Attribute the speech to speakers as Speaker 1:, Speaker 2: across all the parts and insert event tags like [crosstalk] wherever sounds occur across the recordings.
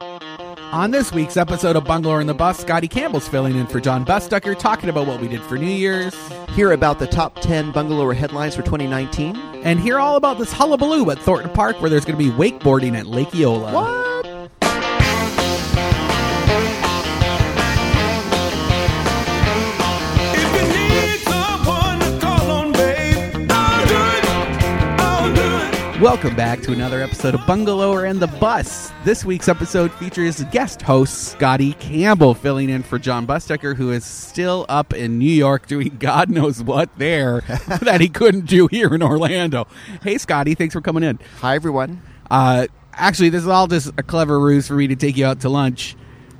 Speaker 1: On this week's episode of Bungalower in the Bus, Scotty Campbell's filling in for John Bustucker, talking about what we did for New Year's,
Speaker 2: Hear about the top 10 bungalower headlines for 2019.
Speaker 1: and hear all about this hullabaloo at Thornton Park where there's going to be wakeboarding at Lake Eola.
Speaker 2: What?
Speaker 3: If you need someone to call on, babe, I'll do it. I'll do it.
Speaker 1: Welcome back to another episode of Bungalower and the Bus. This week's episode features guest host Scotty Campbell filling in for John Bustucker, who is still up in New York doing God knows what there [laughs] that he couldn't do here in Orlando. Hey, Scotty, thanks for coming in.
Speaker 2: Hi, everyone.
Speaker 1: Uh, actually, this is all just a clever ruse for me to take you out to lunch.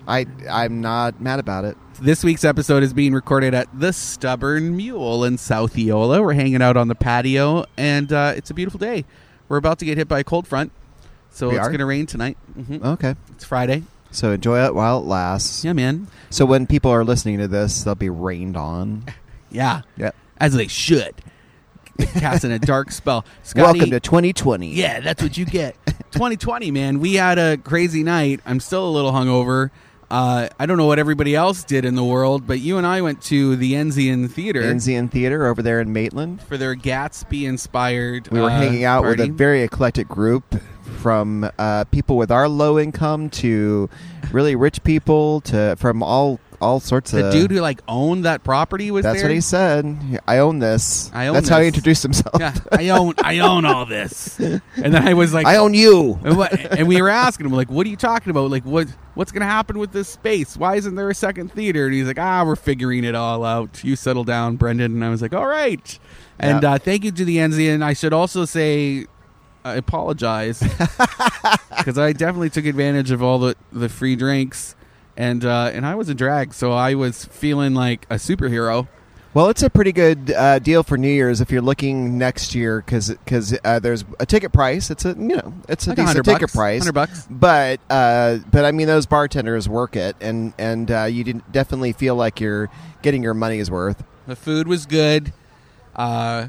Speaker 2: I, I'm not mad about it.
Speaker 1: This week's episode is being recorded at the Stubborn Mule in South Eola. We're hanging out on the patio, and uh, it's a beautiful day. We're about to get hit by a cold front, so
Speaker 2: We
Speaker 1: it's
Speaker 2: are?
Speaker 1: going to rain tonight. hmm
Speaker 2: Okay.
Speaker 1: It's Friday.
Speaker 2: So enjoy it while it lasts.
Speaker 1: Yeah, man.
Speaker 2: So when people are listening to this, they'll be rained on.
Speaker 1: [laughs] Yeah,
Speaker 2: Yep.
Speaker 1: as they should. Casting a
Speaker 2: [laughs]
Speaker 1: dark spell. Scotty,
Speaker 2: Welcome to 2020.
Speaker 1: Yeah, that's what you get. 2020, man. We had a crazy night. I'm still a little hungover. Uh, I don't know what everybody else did in the world, but you and I went to the Enzian Theater
Speaker 2: Enzian Theater over there in Maitland.
Speaker 1: for their Gatsby-inspired.
Speaker 2: We were
Speaker 1: uh,
Speaker 2: hanging out with
Speaker 1: party.
Speaker 2: a very eclectic group from uh, people with our low income to really rich people to from all all sorts
Speaker 1: the
Speaker 2: of
Speaker 1: dude who like owned that property was
Speaker 2: uh, That's
Speaker 1: there.
Speaker 2: what he said. I own this.
Speaker 1: I own
Speaker 2: That's how
Speaker 1: this.
Speaker 2: he introduced himself.
Speaker 1: Yeah, I own I own all
Speaker 2: [laughs]
Speaker 1: this, and then I was like,
Speaker 2: I own you.
Speaker 1: and, what, and we were asking him like, "What are you talking about? Like, what what's going to happen with this space? Why isn't there a second theater?" And he's like, "Ah, we're figuring it all out. You settle down, Brendan." And I was like, "All right." And
Speaker 2: Yeah.
Speaker 1: uh, thank you to the Enzian. I should also say, I apologize because I definitely took advantage of all the the free drinks, and uh, and I was a drag, so I was feeling like a superhero.
Speaker 2: Well, it's a pretty good uh, deal for New Year's if you're looking next year because uh, there's a ticket price. It's a you know it's a
Speaker 1: Like
Speaker 2: decent
Speaker 1: 100
Speaker 2: ticket
Speaker 1: bucks,
Speaker 2: price,
Speaker 1: 100 bucks.
Speaker 2: But uh, but I mean those bartenders work it, and and uh, you didn't definitely feel like you're getting your money's worth.
Speaker 1: The food was good. Uh,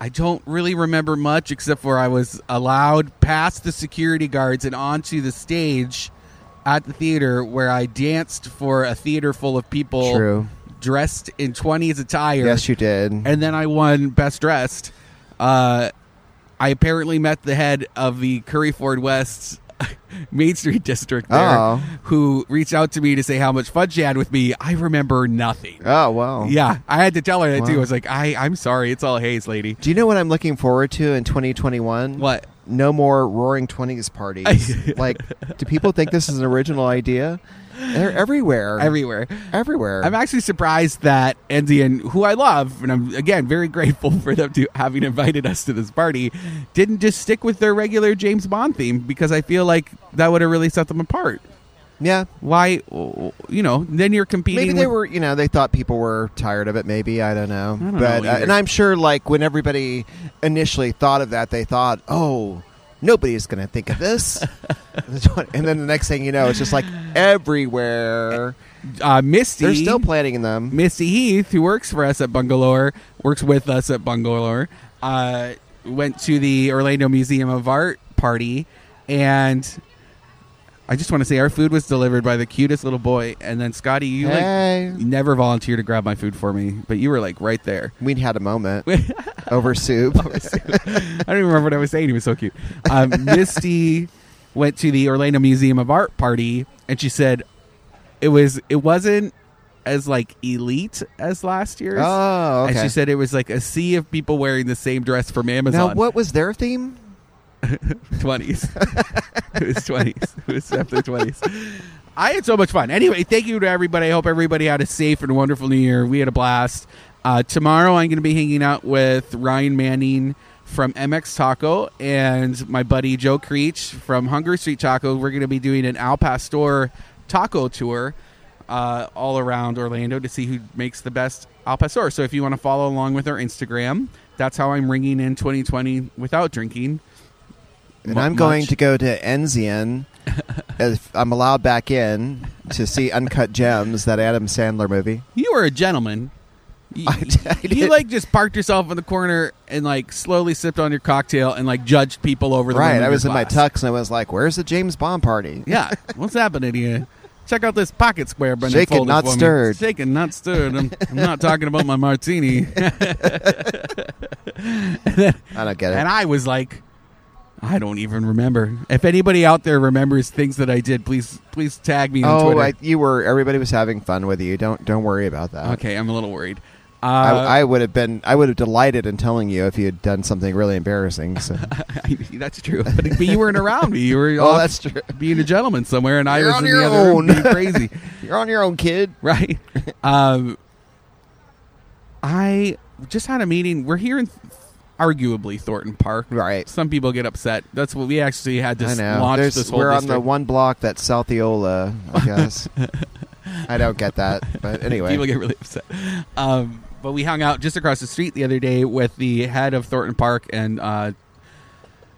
Speaker 1: I don't really remember much except for I was allowed past the security guards and onto the stage at the theater where I danced for a theater full of people
Speaker 2: True.
Speaker 1: dressed in 20s attire.
Speaker 2: Yes, you did.
Speaker 1: and then I won Best Dressed. Uh, I apparently met the head of the Curry Ford West [laughs] Main Street District there
Speaker 2: Oh.
Speaker 1: who reached out to me to say how much fun she had with me. I remember nothing.
Speaker 2: oh wow.
Speaker 1: Yeah, I had to tell her that too. I
Speaker 2: Wow.
Speaker 1: was like, I, I'm sorry, it's all haze, lady.
Speaker 2: Do you know what I'm looking forward to in 2021?
Speaker 1: What?
Speaker 2: No more roaring
Speaker 1: [laughs]
Speaker 2: 20s parties. like, do people think this is an original idea? They're everywhere.
Speaker 1: Everywhere.
Speaker 2: everywhere.
Speaker 1: I'm actually surprised that Enzian, who I love, and I'm again very [laughs] grateful for them to having invited us to this party, didn't just stick with their regular James Bond theme because I feel like that would have really set them apart.
Speaker 2: yeah.
Speaker 1: Why, you know, then you're competing.
Speaker 2: Maybe they
Speaker 1: with-
Speaker 2: were, you know, they thought people were tired of it. Maybe I don't know,
Speaker 1: don't
Speaker 2: but
Speaker 1: know
Speaker 2: uh,
Speaker 1: either.
Speaker 2: and I'm sure, like when everybody initially thought of that, they thought, "Oh, nobody's going to think of this,"
Speaker 1: [laughs]
Speaker 2: [laughs] and then the next thing you know, it's just like everywhere.
Speaker 1: uh, Misty.
Speaker 2: They're still planning them.
Speaker 1: Misty Heath, who works for us at Bungalower, works with us at Bungalower, uh, went to the Orlando Museum of Art party, and I just want to say our food was delivered by the cutest little boy. And then Scotty, you
Speaker 2: Hey.
Speaker 1: like you never volunteered to grab my food for me, but you were like right there.
Speaker 2: We'd had
Speaker 1: [laughs]
Speaker 2: a moment
Speaker 1: I
Speaker 2: over soup.
Speaker 1: don't even remember what I was saying. He was so cute. Um, Misty went to the Orlando Museum of Art party, and she said it was it wasn't as like elite as last year's.
Speaker 2: [laughs] Oh, okay.
Speaker 1: And she said it was like a sea of people wearing the same dress from
Speaker 2: now,
Speaker 1: Amazon.
Speaker 2: what was their theme?
Speaker 1: [laughs] 20s. it was 20s. It was after 20s. I had so much fun. Anyway, thank you to everybody. I hope everybody had a safe and wonderful new year. We had a blast. Uh, tomorrow, I'm going to be hanging out with Ryan Manning from MX Taco and my buddy Joe Creech from Hunger Street Taco. We're going to be doing an Al Pastor taco tour uh, all around Orlando to see who makes the best al pastor. So if you want to follow along with our Instagram, that's how I'm ringing in 2020 without drinking.
Speaker 2: And
Speaker 1: Mu-
Speaker 2: I'm going
Speaker 1: much.
Speaker 2: to go to
Speaker 1: [laughs]
Speaker 2: Enzian if I'm allowed back in to see Uncut Gems, that Adam Sandler movie.
Speaker 1: You are a gentleman. y-
Speaker 2: [laughs] I- I
Speaker 1: you
Speaker 2: did-
Speaker 1: like just parked yourself in the corner and like slowly sipped on your cocktail and like judged people over the
Speaker 2: right.
Speaker 1: women
Speaker 2: I was in
Speaker 1: your
Speaker 2: my
Speaker 1: class.
Speaker 2: tux and I was like, "Where's the James Bond party?"
Speaker 1: Yeah, what's happening here? Check out this pocket square, Brendan.
Speaker 2: Shaken,
Speaker 1: folded
Speaker 2: not
Speaker 1: for me.
Speaker 2: stirred.
Speaker 1: Shaken, not stirred. I'm, I'm not talking about my
Speaker 2: [laughs]
Speaker 1: martini. [laughs]
Speaker 2: I don't get it.
Speaker 1: And I was like, I don't even remember. If anybody out there remembers things that I did, please please tag me on
Speaker 2: oh,
Speaker 1: Twitter.
Speaker 2: I, you were. Everybody was having fun with you. Don't don't worry about that.
Speaker 1: okay, I'm a little worried. Uh,
Speaker 2: I, I would have been. I would have delighted in telling you if you had done something really embarrassing.
Speaker 1: [laughs]
Speaker 2: So.
Speaker 1: that's true. But, but you weren't around me. You
Speaker 2: [laughs]
Speaker 1: were
Speaker 2: Oh,
Speaker 1: off
Speaker 2: that's true.
Speaker 1: being a gentleman somewhere, and I
Speaker 2: You're
Speaker 1: was
Speaker 2: on
Speaker 1: in the
Speaker 2: your
Speaker 1: other room
Speaker 2: own.
Speaker 1: being
Speaker 2: [laughs]
Speaker 1: crazy.
Speaker 2: You're on your own, kid.
Speaker 1: right? um, I just had a meeting. We're here in arguably Thornton Park.
Speaker 2: Right.
Speaker 1: Some people get upset. That's what we actually had to
Speaker 2: I
Speaker 1: s-
Speaker 2: know.
Speaker 1: launch
Speaker 2: There's-
Speaker 1: this whole
Speaker 2: we're on
Speaker 1: district.
Speaker 2: the one block that's South Eola,
Speaker 1: [laughs]
Speaker 2: I guess. I don't get that, but anyway.
Speaker 1: People get really upset. Um, but we hung out just across the street the other day with the head of Thornton Park and uh,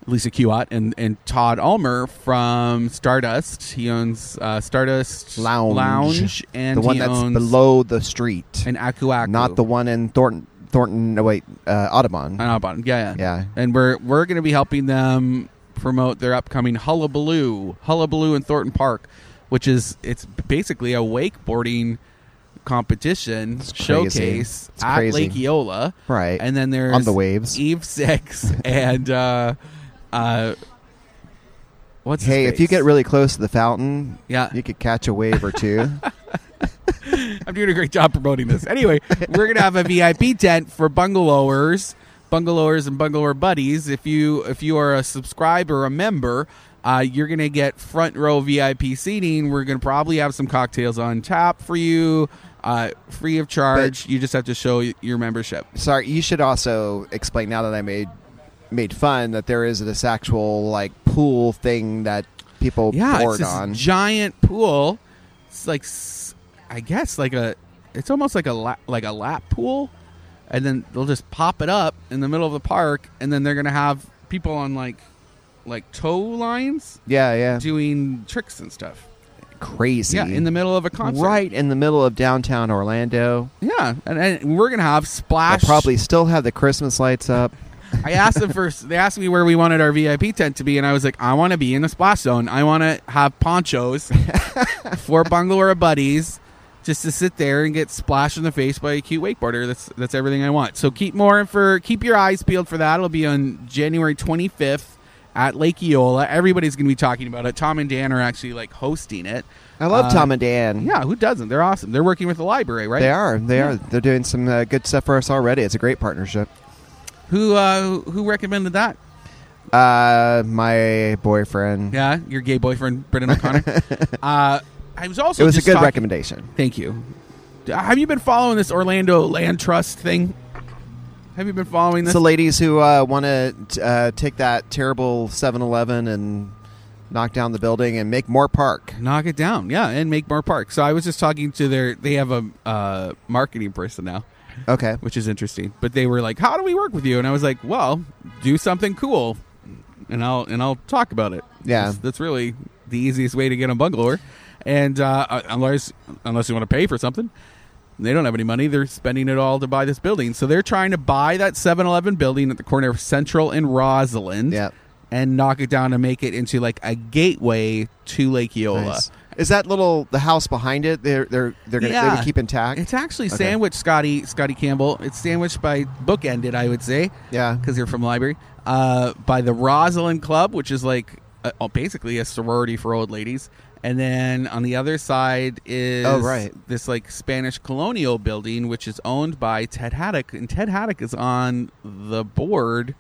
Speaker 1: Lisa Kiewat and, and Todd Ulmer from Stardust. He owns uh, Stardust
Speaker 2: Lounge.
Speaker 1: and
Speaker 2: the one
Speaker 1: he
Speaker 2: that's
Speaker 1: owns
Speaker 2: below the street,
Speaker 1: an Aku Aku.
Speaker 2: not the one in Thornton. Thornton. No, wait, uh, Audubon.
Speaker 1: An Audubon. Yeah, yeah,
Speaker 2: Yeah.
Speaker 1: And we're we're going to be helping them promote their upcoming Hullabaloo, Hullabaloo in Thornton Park, which is it's basically a wakeboarding competition
Speaker 2: crazy.
Speaker 1: showcase
Speaker 2: It's
Speaker 1: at
Speaker 2: crazy.
Speaker 1: Lake Eola.
Speaker 2: Right.
Speaker 1: And then there's
Speaker 2: On the waves.
Speaker 1: Eve Six [laughs] and uh, uh, what's his
Speaker 2: hey, if you
Speaker 1: face?
Speaker 2: get really close to the fountain,
Speaker 1: Yeah.
Speaker 2: you could catch a wave
Speaker 1: [laughs]
Speaker 2: or two.
Speaker 1: I'm doing a great job promoting this. Anyway, we're gonna have a VIP tent for bungalowers, bungalowers, and bungalower buddies. If you if you are a subscriber, a member, uh, you're gonna get front row VIP seating. We're gonna probably have some cocktails on tap for you, uh, free of charge. you just have to show y- your membership.
Speaker 2: Sorry, you should also explain now that I made made fun that there is this actual like pool thing that people
Speaker 1: Yeah, it's
Speaker 2: board
Speaker 1: this
Speaker 2: on.
Speaker 1: giant pool. It's like, s- I guess like a, it's almost like a la- like a lap pool, and then they'll just pop it up in the middle of the park, and then they're gonna have people on like, like tow lines
Speaker 2: yeah, yeah.
Speaker 1: doing tricks and stuff.
Speaker 2: Crazy.
Speaker 1: Yeah, in the middle of a concert.
Speaker 2: right in the middle of downtown Orlando.
Speaker 1: Yeah, and, and we're gonna have
Speaker 2: I
Speaker 1: splash.
Speaker 2: probably still have the Christmas lights up.
Speaker 1: I asked them first. They asked me where we wanted our VIP tent to be, and I was like, I want to be in the splash zone. I want to have
Speaker 2: [laughs]
Speaker 1: ponchos for bungalow buddies, just to sit there and get splashed in the face by a cute wakeboarder. That's that's everything I want. So keep more for keep your eyes peeled for that. It'll be on January 25th at Lake Eola. Everybody's going to be talking about it. Tom and Dan are actually like hosting it.
Speaker 2: I love
Speaker 1: Uh,
Speaker 2: Tom and Dan.
Speaker 1: Yeah, who doesn't? They're awesome. They're working with the library, right?
Speaker 2: They are. They
Speaker 1: Yeah.
Speaker 2: are. They're doing some uh, good stuff for us already. It's a great partnership.
Speaker 1: Who uh, who- who recommended that?
Speaker 2: Uh, my boyfriend.
Speaker 1: Yeah, your gay boyfriend, Brendan
Speaker 2: [laughs]
Speaker 1: O'Connor. uh, I was also
Speaker 2: it was a
Speaker 1: just
Speaker 2: good
Speaker 1: talking-
Speaker 2: recommendation.
Speaker 1: Thank you. D- Have you been following this Orlando Land Trust thing? Have you been following
Speaker 2: It's
Speaker 1: this? [laughs]
Speaker 2: the ladies who uh, want to uh, take that terrible 7-Eleven and knock down the building and make more park.
Speaker 1: Knock it down, yeah, and make more park. So I was just talking to their. They have a uh, marketing person now,
Speaker 2: Okay.
Speaker 1: which is interesting. But they were like, "How do we work with you?" And I was like, "Well, do something cool, and I'll and I'll talk about it."
Speaker 2: Yeah.
Speaker 1: that's, that's really the easiest way to get a bungalower. And uh, uh, unless unless you want to pay for something, they don't have any money. They're spending it all to buy this building. So they're trying to buy that 7-Eleven building at the corner of Central and Rosalind.
Speaker 2: Yep.
Speaker 1: And knock it down and make it into like a gateway to Lake Eola.
Speaker 2: Nice. Is that little the house behind it? They're they're they're gonna, they're
Speaker 1: Yeah.
Speaker 2: gonna keep intact.
Speaker 1: It's actually
Speaker 2: Okay.
Speaker 1: sandwiched, Scotty Scotty Campbell. It's sandwiched by bookended, I would say.
Speaker 2: Yeah.
Speaker 1: because you're from the library. Uh, by the Rosalind Club, which is like uh oh, basically a sorority for old ladies, and then on the other side is
Speaker 2: Oh, right.
Speaker 1: this like Spanish colonial building, which is owned by Ted Haddock, and Ted Haddock is on the board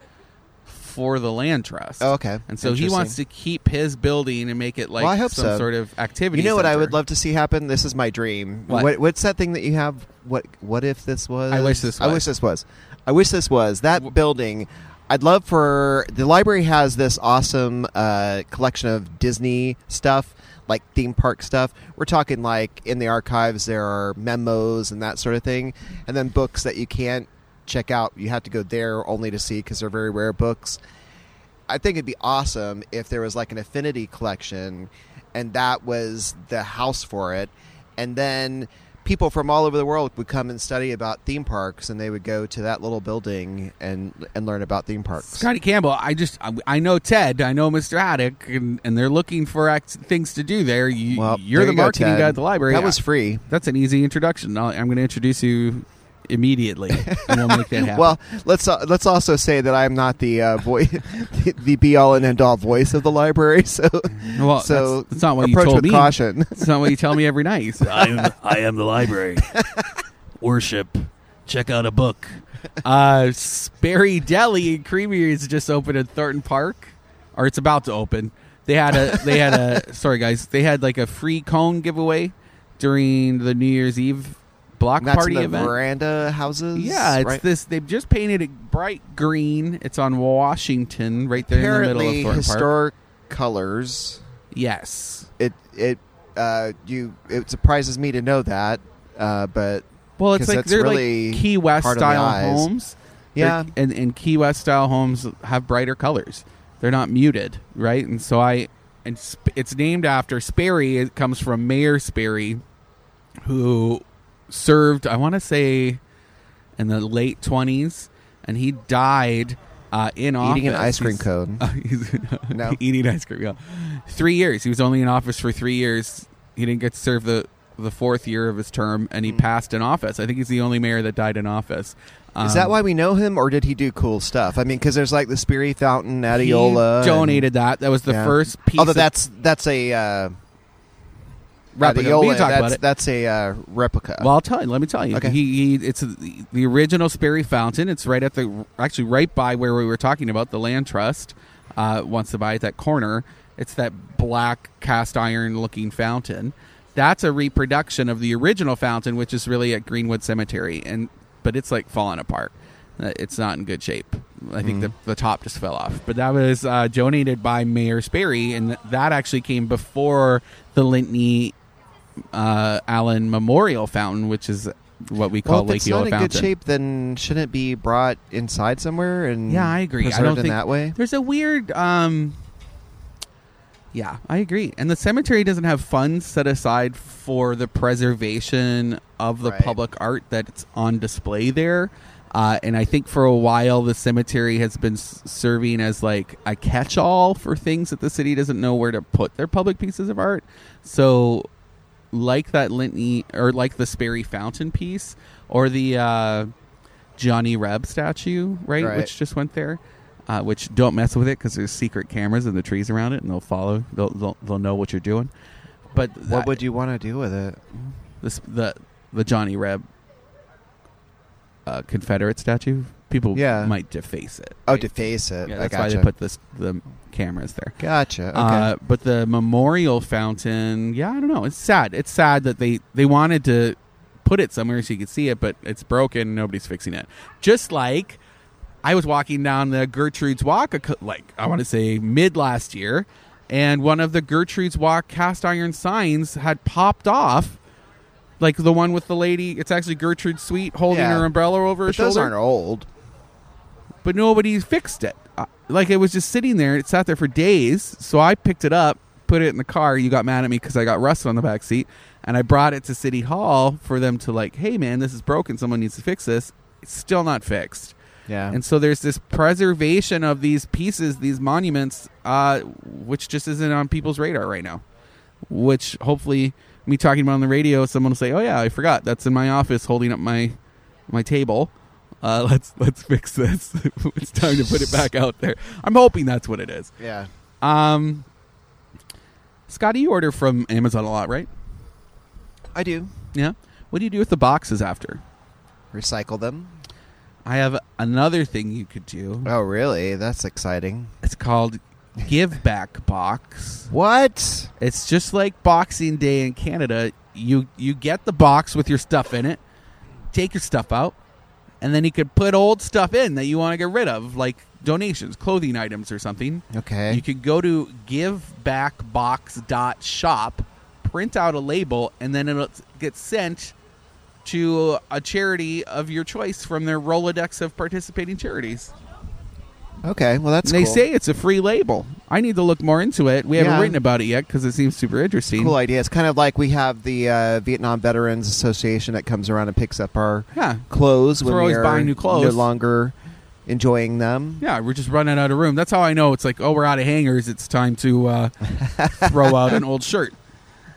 Speaker 1: for the land trust.
Speaker 2: Oh, okay.
Speaker 1: and so he wants to keep his building and make it like
Speaker 2: Well, I hope
Speaker 1: some
Speaker 2: so.
Speaker 1: sort of activity.
Speaker 2: You know what I
Speaker 1: center.
Speaker 2: would love to see happen? This is my dream.
Speaker 1: What?
Speaker 2: what's that thing that you have? What what if this was?
Speaker 1: I wish this
Speaker 2: I wish
Speaker 1: was.
Speaker 2: this was. I wish this was that building. I'd love for the library has this awesome uh, collection of Disney stuff, like theme park stuff. We're talking like in the archives there are memos and that sort of thing, and then books that you can't check out. You have to go there only to see because they're very rare books. I think it'd be awesome if there was like an affinity collection and that was the house for it. And then people from all over the world would come and study about theme parks, and they would go to that little building and and learn about theme parks.
Speaker 1: Scotty Campbell, I just I, I know Ted, I know Mr. Haddock, and, and they're looking for act- things to do there. You,
Speaker 2: Well,
Speaker 1: you're
Speaker 2: there
Speaker 1: the
Speaker 2: you go,
Speaker 1: marketing
Speaker 2: Ted.
Speaker 1: guy at the library.
Speaker 2: That
Speaker 1: I-
Speaker 2: was free.
Speaker 1: That's an easy introduction. I'll, I'm going to introduce you immediately, and we'll
Speaker 2: [laughs]
Speaker 1: make that happen.
Speaker 2: Well, let's uh, let's also say that I'm not the uh, voice, [laughs] the, the be all and end all voice of the library. [laughs] So,
Speaker 1: Well,
Speaker 2: so
Speaker 1: Oh, that's, that's not what you
Speaker 2: approach
Speaker 1: told
Speaker 2: with
Speaker 1: me.
Speaker 2: caution.
Speaker 1: That's not what you tell me every night. You
Speaker 4: [laughs]
Speaker 1: say,
Speaker 4: I am, I am the
Speaker 1: [laughs]
Speaker 4: library. Worship. Check out a book.
Speaker 1: Uh, Sperry Deli and Creamery is just open in Thornton Park, or it's about to open. They had a they
Speaker 4: [laughs]
Speaker 1: had a sorry guys, they had like a free cone giveaway during the New Year's Eve block
Speaker 2: That's
Speaker 1: party
Speaker 2: in the
Speaker 1: event.
Speaker 2: veranda houses.
Speaker 1: Yeah, it's
Speaker 2: right?
Speaker 1: this. They've just painted it bright green. It's on Washington, right there in the
Speaker 2: apparently
Speaker 1: middle of Thornton Park.
Speaker 2: historic colors.
Speaker 1: Yes.
Speaker 2: It it uh, you it surprises me to know that, uh, but
Speaker 1: Well, it's
Speaker 2: 'Cause
Speaker 1: like
Speaker 2: that's
Speaker 1: they're
Speaker 2: really
Speaker 1: like Key West
Speaker 2: hard on the
Speaker 1: style
Speaker 2: eyes.
Speaker 1: homes. They're-
Speaker 2: yeah,
Speaker 1: and, and Key West style homes have brighter colors. They're not muted, right? And so I, and sp- it's named after Sperry. It comes from Mayor Sperry, who served, I want to say, in the late twenties, and he died uh, in office
Speaker 2: eating an ice cream
Speaker 1: He's-
Speaker 2: cone.
Speaker 1: He's
Speaker 2: No.
Speaker 1: [laughs] eating ice cream. Yeah, three years. He was only in office for three years. He didn't get to serve the the fourth year of his term, and he
Speaker 2: Hmm.
Speaker 1: passed in office. I think he's the only mayor that died in office.
Speaker 2: Is
Speaker 1: Um,
Speaker 2: that why we know him, or did he do cool stuff? I mean, because there's like the Speary Fountain,
Speaker 1: he
Speaker 2: Adiola. and-
Speaker 1: donated that? That was the
Speaker 2: yeah.
Speaker 1: first piece.
Speaker 2: Although
Speaker 1: of-
Speaker 2: that's that's a uh,
Speaker 1: Replica. We can
Speaker 2: Adiola,
Speaker 1: talk about
Speaker 2: that's,
Speaker 1: it.
Speaker 2: that's a uh, replica.
Speaker 1: Well, I'll tell you. Let me tell you.
Speaker 2: Okay.
Speaker 1: He, he it's the original Sperry Fountain. It's right at the actually right by where we were talking about the land trust uh, wants to buy at that corner. It's that black cast iron looking fountain. That's a reproduction of the original fountain, which is really at Greenwood Cemetery, and but it's like falling apart. Uh, It's not in good shape. I think the, the top just fell off. But that was uh, donated by Mayor Sperry, and th- that actually came before the Lintney uh, Allen Memorial Fountain, which is what we
Speaker 2: Well,
Speaker 1: call
Speaker 2: if
Speaker 1: Lake
Speaker 2: it's
Speaker 1: Eola
Speaker 2: not in
Speaker 1: Fountain.
Speaker 2: good shape, then shouldn't it be brought inside somewhere and
Speaker 1: yeah, I agree.
Speaker 2: preserved
Speaker 1: I don't
Speaker 2: in
Speaker 1: think
Speaker 2: that way.
Speaker 1: There's a weird. Um, yeah, I agree. And the cemetery doesn't have funds set aside for the preservation of the
Speaker 2: Right.
Speaker 1: public art that's on display there. Uh, and I think for a while the cemetery has been s- serving as like a catch-all for things that the city doesn't know where to put their public pieces of art. So like that Lintney or like the Sperry Fountain piece or the uh, Johnny Reb statue, right,
Speaker 2: Right.
Speaker 1: Which just went there. Uh, which don't mess with it because there's secret cameras in the trees around it, and they'll follow. They'll they'll, they'll know what you're doing. But
Speaker 2: What would you want to do with it?
Speaker 1: this, the the Johnny Reb uh, Confederate statue? People
Speaker 2: Yeah.
Speaker 1: might deface it.
Speaker 2: Oh,
Speaker 1: right?
Speaker 2: deface it.
Speaker 1: yeah,
Speaker 2: I
Speaker 1: that's
Speaker 2: gotcha.
Speaker 1: why they put this the cameras there.
Speaker 2: Gotcha. Okay.
Speaker 1: Uh, but the memorial fountain, yeah, I don't know. It's sad. It's sad that they they wanted to put it somewhere so you could see it, but it's broken. and Nobody's fixing it. Just like I was walking down the Gertrude's Walk, a cou- like I want to say mid last year, and one of the Gertrude's Walk cast iron signs had popped off. Like the one with the lady, it's actually Gertrude Sweet holding
Speaker 2: Yeah.
Speaker 1: her umbrella over her
Speaker 2: but
Speaker 1: shoulder
Speaker 2: those aren't old.
Speaker 1: but nobody fixed it. Uh, Like it was just sitting there. It sat there for days. So I picked it up, put it in the car. You got mad at me because I got rust on the back seat, and I brought it to City Hall for them to like, hey man, this is broken. Someone needs to fix this. It's still not fixed.
Speaker 2: Yeah.
Speaker 1: And so there's this preservation of these pieces, these monuments, uh, which just isn't on people's radar right now. Which hopefully, me talking about it on the radio, someone will say, "Oh yeah, I forgot. That's in my office, holding up my my table. Uh, [laughs] let's let's fix this. [laughs] it's time to put it back out there." I'm hoping that's what it is.
Speaker 2: yeah.
Speaker 1: Um, Scotty, you order from Amazon a lot, right?
Speaker 2: I do.
Speaker 1: Yeah. What do you do with the boxes after?
Speaker 2: Recycle them.
Speaker 1: I have another thing you could do.
Speaker 2: Oh, really? That's exciting.
Speaker 1: It's called Give Back Box.
Speaker 2: What?
Speaker 1: It's just like Boxing Day in Canada. You you get the box with your stuff in it, take your stuff out, and then you could put old stuff in that you want to get rid of, like donations, clothing items, or something.
Speaker 2: Okay.
Speaker 1: You could go to givebackbox.shop, print out a label, and then it'll get sent to a charity of your choice from their Rolodex of participating charities.
Speaker 2: okay. Well, that's
Speaker 1: And they
Speaker 2: cool.
Speaker 1: say it's a free label. I need to look more into it. We haven't
Speaker 2: Yeah.
Speaker 1: written about it yet because it seems super interesting.
Speaker 2: Cool idea. It's kind of like we have the uh, Vietnam Veterans Association that comes around and picks up our
Speaker 1: Yeah.
Speaker 2: clothes
Speaker 1: So
Speaker 2: when
Speaker 1: we're always
Speaker 2: we are
Speaker 1: buying new
Speaker 2: no
Speaker 1: clothes.
Speaker 2: longer enjoying them.
Speaker 1: Yeah, we're just running out of room. That's how I know it's like, oh, we're out of hangers. It's time to
Speaker 2: [laughs]
Speaker 1: uh, throw out an old shirt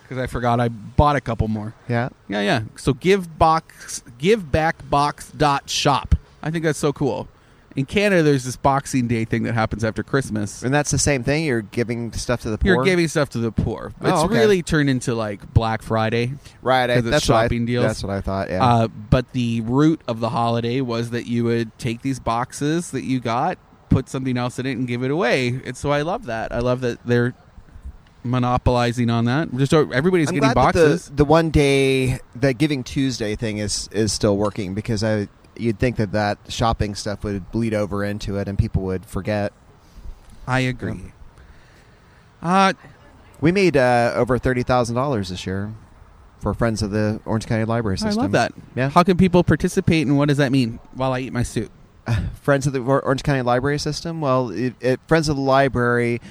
Speaker 1: because I forgot I bought a couple more.
Speaker 2: Yeah.
Speaker 1: Yeah, yeah. So give box, give back box dot shop. I think that's so cool. In Canada, there's this Boxing Day thing that happens after Christmas.
Speaker 2: And that's the same thing. You're giving stuff to the poor.
Speaker 1: You're giving stuff to the poor. It's
Speaker 2: Oh, okay.
Speaker 1: really turned into like Black Friday.
Speaker 2: right. I-
Speaker 1: 'cause it's
Speaker 2: that's what I-
Speaker 1: shopping deals.
Speaker 2: That's what I thought. Yeah.
Speaker 1: Uh, but the root of the holiday was that you would take these boxes that you got, put something else in it, and give it away. And so I love that. I love that they're monopolizing on that. Just so everybody's
Speaker 2: I'm
Speaker 1: getting
Speaker 2: glad that
Speaker 1: boxes.
Speaker 2: the, the one day the Giving Tuesday thing is is still working because I you'd think that that shopping stuff would bleed over into it and people would forget.
Speaker 1: I agree. Uh,
Speaker 2: We made uh, over thirty thousand dollars this year for Friends of the Orange County Library
Speaker 1: I
Speaker 2: System.
Speaker 1: love that.
Speaker 2: Yeah,
Speaker 1: How can people participate, and what does that mean? While I eat my soup,
Speaker 2: Friends of the Or- Orange County Library System. Well, it, it, Friends of the Library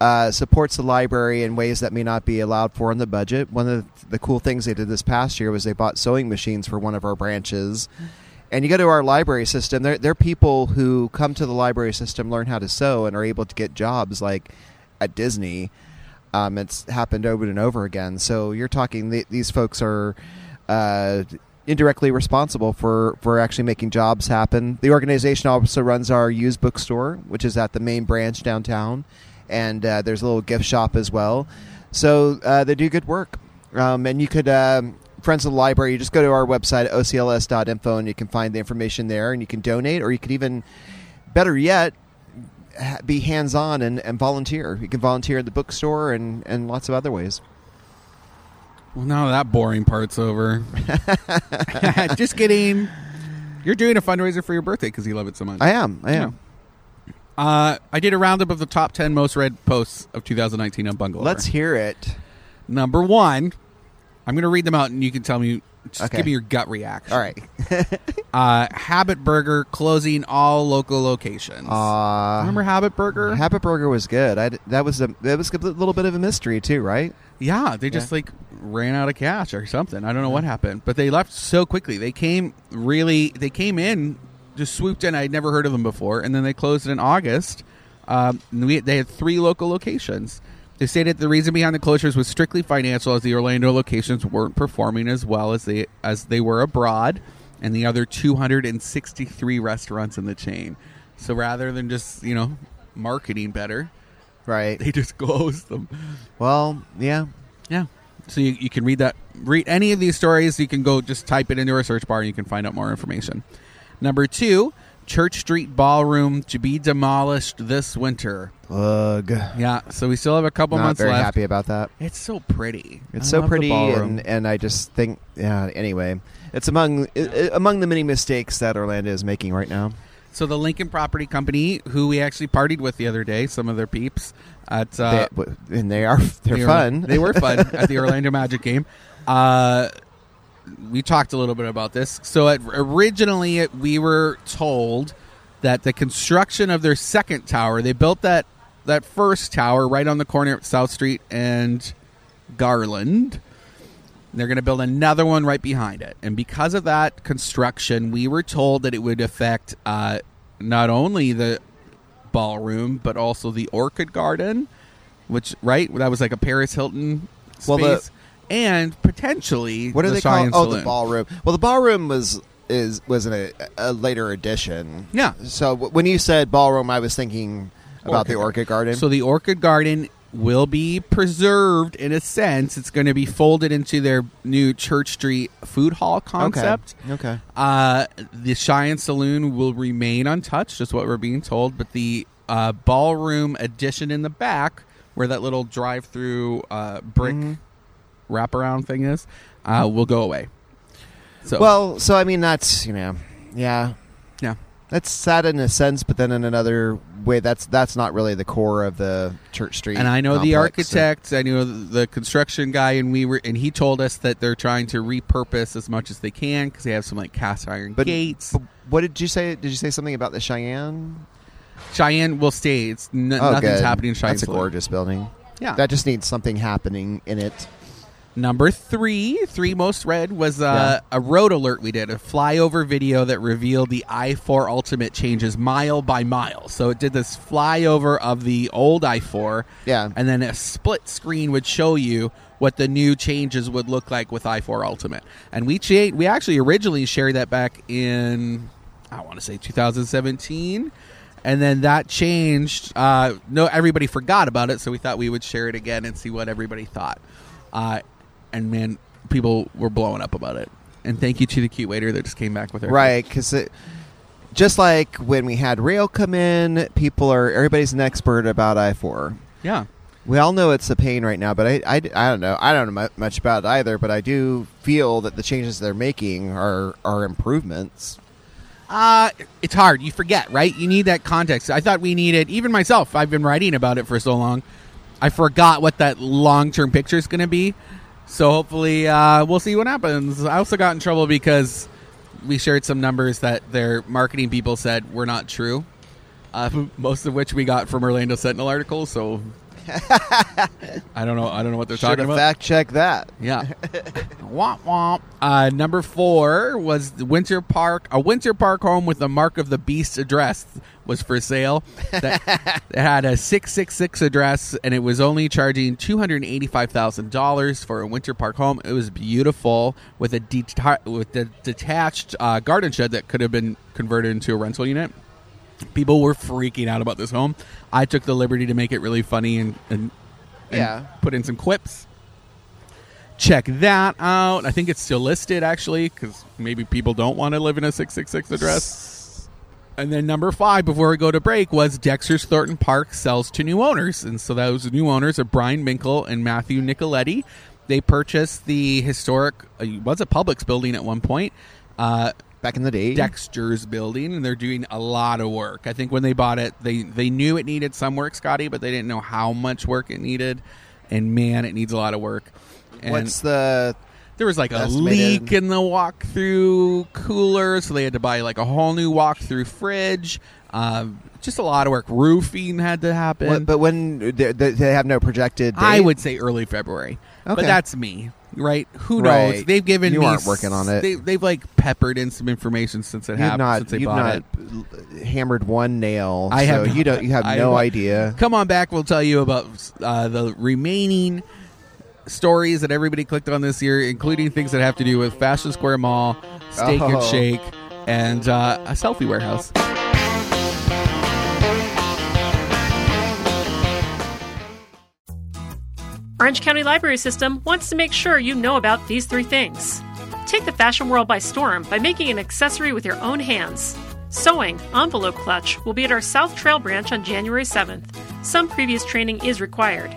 Speaker 2: uh, supports the library in ways that may not be allowed for in the budget. One of the, the cool things they did this past year was they bought sewing machines for one of our branches. And you go to our library system, they're, they're people who come to the library system, learn how to sew, and are able to get jobs like at Disney. Um, it's happened over and over again. So you're talking th- these folks are uh, indirectly responsible for for actually making jobs happen. The organization also runs our used bookstore, which is at the main branch downtown, and uh, there's a little gift shop as well. So uh, they do good work, um, and you could. Um, Friends of the library, you just go to our website, ocls.info, and you can find the information there and you can donate, or you could even, better yet, ha- be hands on and, and volunteer. You can volunteer at the bookstore and, and lots of other ways.
Speaker 1: well, now that boring part's
Speaker 2: [laughs]
Speaker 1: over. [laughs] Just kidding. You're doing a fundraiser for your birthday because you love it so much.
Speaker 2: I am. I am.
Speaker 1: Uh, I did a roundup of the top 10 most read posts of 2019 on Bungalow.
Speaker 2: Let's hear it.
Speaker 1: Number one, I'm going to read them out and you can tell me, just
Speaker 2: Okay.
Speaker 1: give me your gut reaction. [laughs]
Speaker 2: All right.
Speaker 1: Uh, Habit Burger closing all local locations.
Speaker 2: Uh,
Speaker 1: Remember Habit Burger?
Speaker 2: Habit Burger was good. I d that was a that was a little bit of a mystery too, right?
Speaker 1: yeah, they just
Speaker 2: Yeah.
Speaker 1: like ran out of cash or something. I don't know what happened, but they left so quickly. They came really, they came in, just swooped in. I'd never heard of them before. And then they closed in August. Um, and we, they had three local locations. They stated the reason behind the closures was strictly financial, as the Orlando locations weren't performing as well as they as they were abroad, and the other 263 restaurants in the chain. So rather than just you know marketing better, [laughs]
Speaker 2: Right.
Speaker 1: they just [laughs] closed them.
Speaker 2: Well, yeah.
Speaker 1: Yeah. So you, you can read that. Read any of these stories. You can go just type it into our search bar and you can find out more information. Number two, Church Street Ballroom to be demolished this winter.
Speaker 2: Ugh.
Speaker 1: Yeah. So we still have a couple
Speaker 2: Not
Speaker 1: months
Speaker 2: very
Speaker 1: left.
Speaker 2: happy about that.
Speaker 1: It's so pretty.
Speaker 2: It's
Speaker 1: I
Speaker 2: so
Speaker 1: love the
Speaker 2: pretty,
Speaker 1: ballroom.
Speaker 2: and, and I just think, yeah. Anyway, it's among i i- among the many mistakes that Orlando is making right now.
Speaker 1: so the Lincoln Property Company, who we actually partied with the other day, some of their peeps at uh,
Speaker 2: They- w- and they are [laughs] they're
Speaker 1: They were-
Speaker 2: fun.
Speaker 1: [laughs] they were fun at the Orlando Magic game. Uh, we talked a little bit about this. So at, originally, it, we were told that the construction of their second tower, they built that that first tower right on the corner of South Street and Garland. They're going to build another one right behind it. And because of that construction, we were told that it would affect uh, not only the ballroom, but also the Orchid Garden, which, right? That was like a Paris Hilton space.
Speaker 2: Well, the-
Speaker 1: and potentially
Speaker 2: What are
Speaker 1: the
Speaker 2: they
Speaker 1: Cheyenne
Speaker 2: called? Oh, the
Speaker 1: Saloon.
Speaker 2: ballroom. Well, the ballroom was is was a, a later edition.
Speaker 1: Yeah.
Speaker 2: So w- when you said ballroom, I was thinking about the Orchid Garden.
Speaker 1: So the Orchid Garden will be preserved in a sense. It's going to be folded into their new Church Street food hall concept.
Speaker 2: Okay. okay.
Speaker 1: Uh, the Cheyenne Saloon will remain untouched, is what we're being told. But the uh, ballroom addition in the back, where that little drive-through uh, brick
Speaker 2: Mm-hmm.
Speaker 1: wraparound thing is, uh, will go away. So,
Speaker 2: Well, so I mean that's you know, yeah,
Speaker 1: yeah,
Speaker 2: that's sad in a sense, but then in another way, that's that's not really the core of the Church Street.
Speaker 1: and I know the
Speaker 2: complex.
Speaker 1: architect, I know the construction guy, and we were, and he told us that they're trying to repurpose as much as they can because they have some like cast iron
Speaker 2: But-
Speaker 1: gates.
Speaker 2: But what did you say? Did you say something about the Cheyenne?
Speaker 1: Cheyenne will stay. It's n-
Speaker 2: Oh,
Speaker 1: nothing's
Speaker 2: good.
Speaker 1: happening in Cheyenne.
Speaker 2: That's a gorgeous building.
Speaker 1: Yeah.
Speaker 2: That just needs something happening in it.
Speaker 1: Number three, three most read was uh, a road alert we did, a flyover video that revealed the I 4 Ultimate changes mile by mile. So it did this flyover of the old I 4.
Speaker 2: Yeah.
Speaker 1: And then a split screen would show you what the new changes would look like with I 4 Ultimate. And we, cha- we actually originally shared that back in, I want to say 2017. And then that changed. Uh, no, everybody forgot about it, so we thought we would share it again and see what everybody thought. Uh, and man, people were blowing up about it. And thank you to the cute waiter that just came back with her.
Speaker 2: Right, because just like when we had rail come in, people are everybody's an expert about I four.
Speaker 1: Yeah.
Speaker 2: We all know it's a pain right now, but I, I, I don't know. I don't know mu- much about it either, but I do feel that the changes they're making are are improvements.
Speaker 1: Uh, it's hard. You forget, right? You need that context. I thought we needed, even myself, I've been writing about it for so long. I forgot what that long term picture is going to be. So hopefully, uh, we'll see what happens. I also got in trouble because we shared some numbers that their marketing people said were not true. Uh, [laughs] most of which we got from Orlando Sentinel articles. So I don't know. I don't know what they're
Speaker 2: Should
Speaker 1: talking
Speaker 2: have
Speaker 1: about.
Speaker 2: fact check that.
Speaker 1: Yeah. womp womp. Uh, number four was the Winter Park. A Winter Park home with the Mark of the Beast address was for sale. That, it had a 666 address, and it was only charging $285,000 for a Winter Park home. It was beautiful with a, deta- with a detached uh, garden shed that could have been converted into a rental unit people were freaking out about this home. I took the liberty to make it really funny and, and, and
Speaker 2: Yeah.
Speaker 1: put in some quips. Check that out. I think it's still listed actually because maybe people don't want to live in a 666 address. And then number five, before we go to break, was Dexter's Thornton Park sells to new owners. And so those new owners are Brian Minkle and Matthew Nicoletti. They purchased the historic, uh, it was a Publix building at one point. Uh,
Speaker 2: Back in the day,
Speaker 1: Dexter's building, and they're doing a lot of work. I think when they bought it, they they knew it needed some work, Scotty, but they didn't know how much work it needed. And man, it needs a lot of work. And
Speaker 2: what's the
Speaker 1: there was like a
Speaker 2: estimated?
Speaker 1: leak in the walkthrough cooler, so they had to buy like a whole new walkthrough fridge. Um, just a lot of work. Roofing had to happen.
Speaker 2: what, but when they, they- they have no projected? Date?
Speaker 1: I would say early February. But
Speaker 2: Okay.
Speaker 1: that's me, right? Who knows?
Speaker 2: Right.
Speaker 1: They've given
Speaker 2: You
Speaker 1: me
Speaker 2: aren't working on it.
Speaker 1: They, they've like peppered in some information since it
Speaker 2: You've
Speaker 1: happened.
Speaker 2: not,
Speaker 1: since they
Speaker 2: you've
Speaker 1: bought
Speaker 2: not
Speaker 1: it.
Speaker 2: l- hammered one nail.
Speaker 1: I
Speaker 2: so
Speaker 1: have [laughs]
Speaker 2: You don't. You have
Speaker 1: I
Speaker 2: no
Speaker 1: will-
Speaker 2: idea.
Speaker 1: Come on back. We'll tell you about uh, the remaining stories that everybody clicked on this year, including things that have to do with Fashion Square Mall, Steak and
Speaker 2: Oh.
Speaker 1: Shake, and uh, a selfie warehouse.
Speaker 5: Orange County Library System wants to make sure you know about these three things. Take the fashion world by storm by making an accessory with your own hands. Sewing Envelope Clutch will be at our South Trail branch on January 7th. Some previous training is required.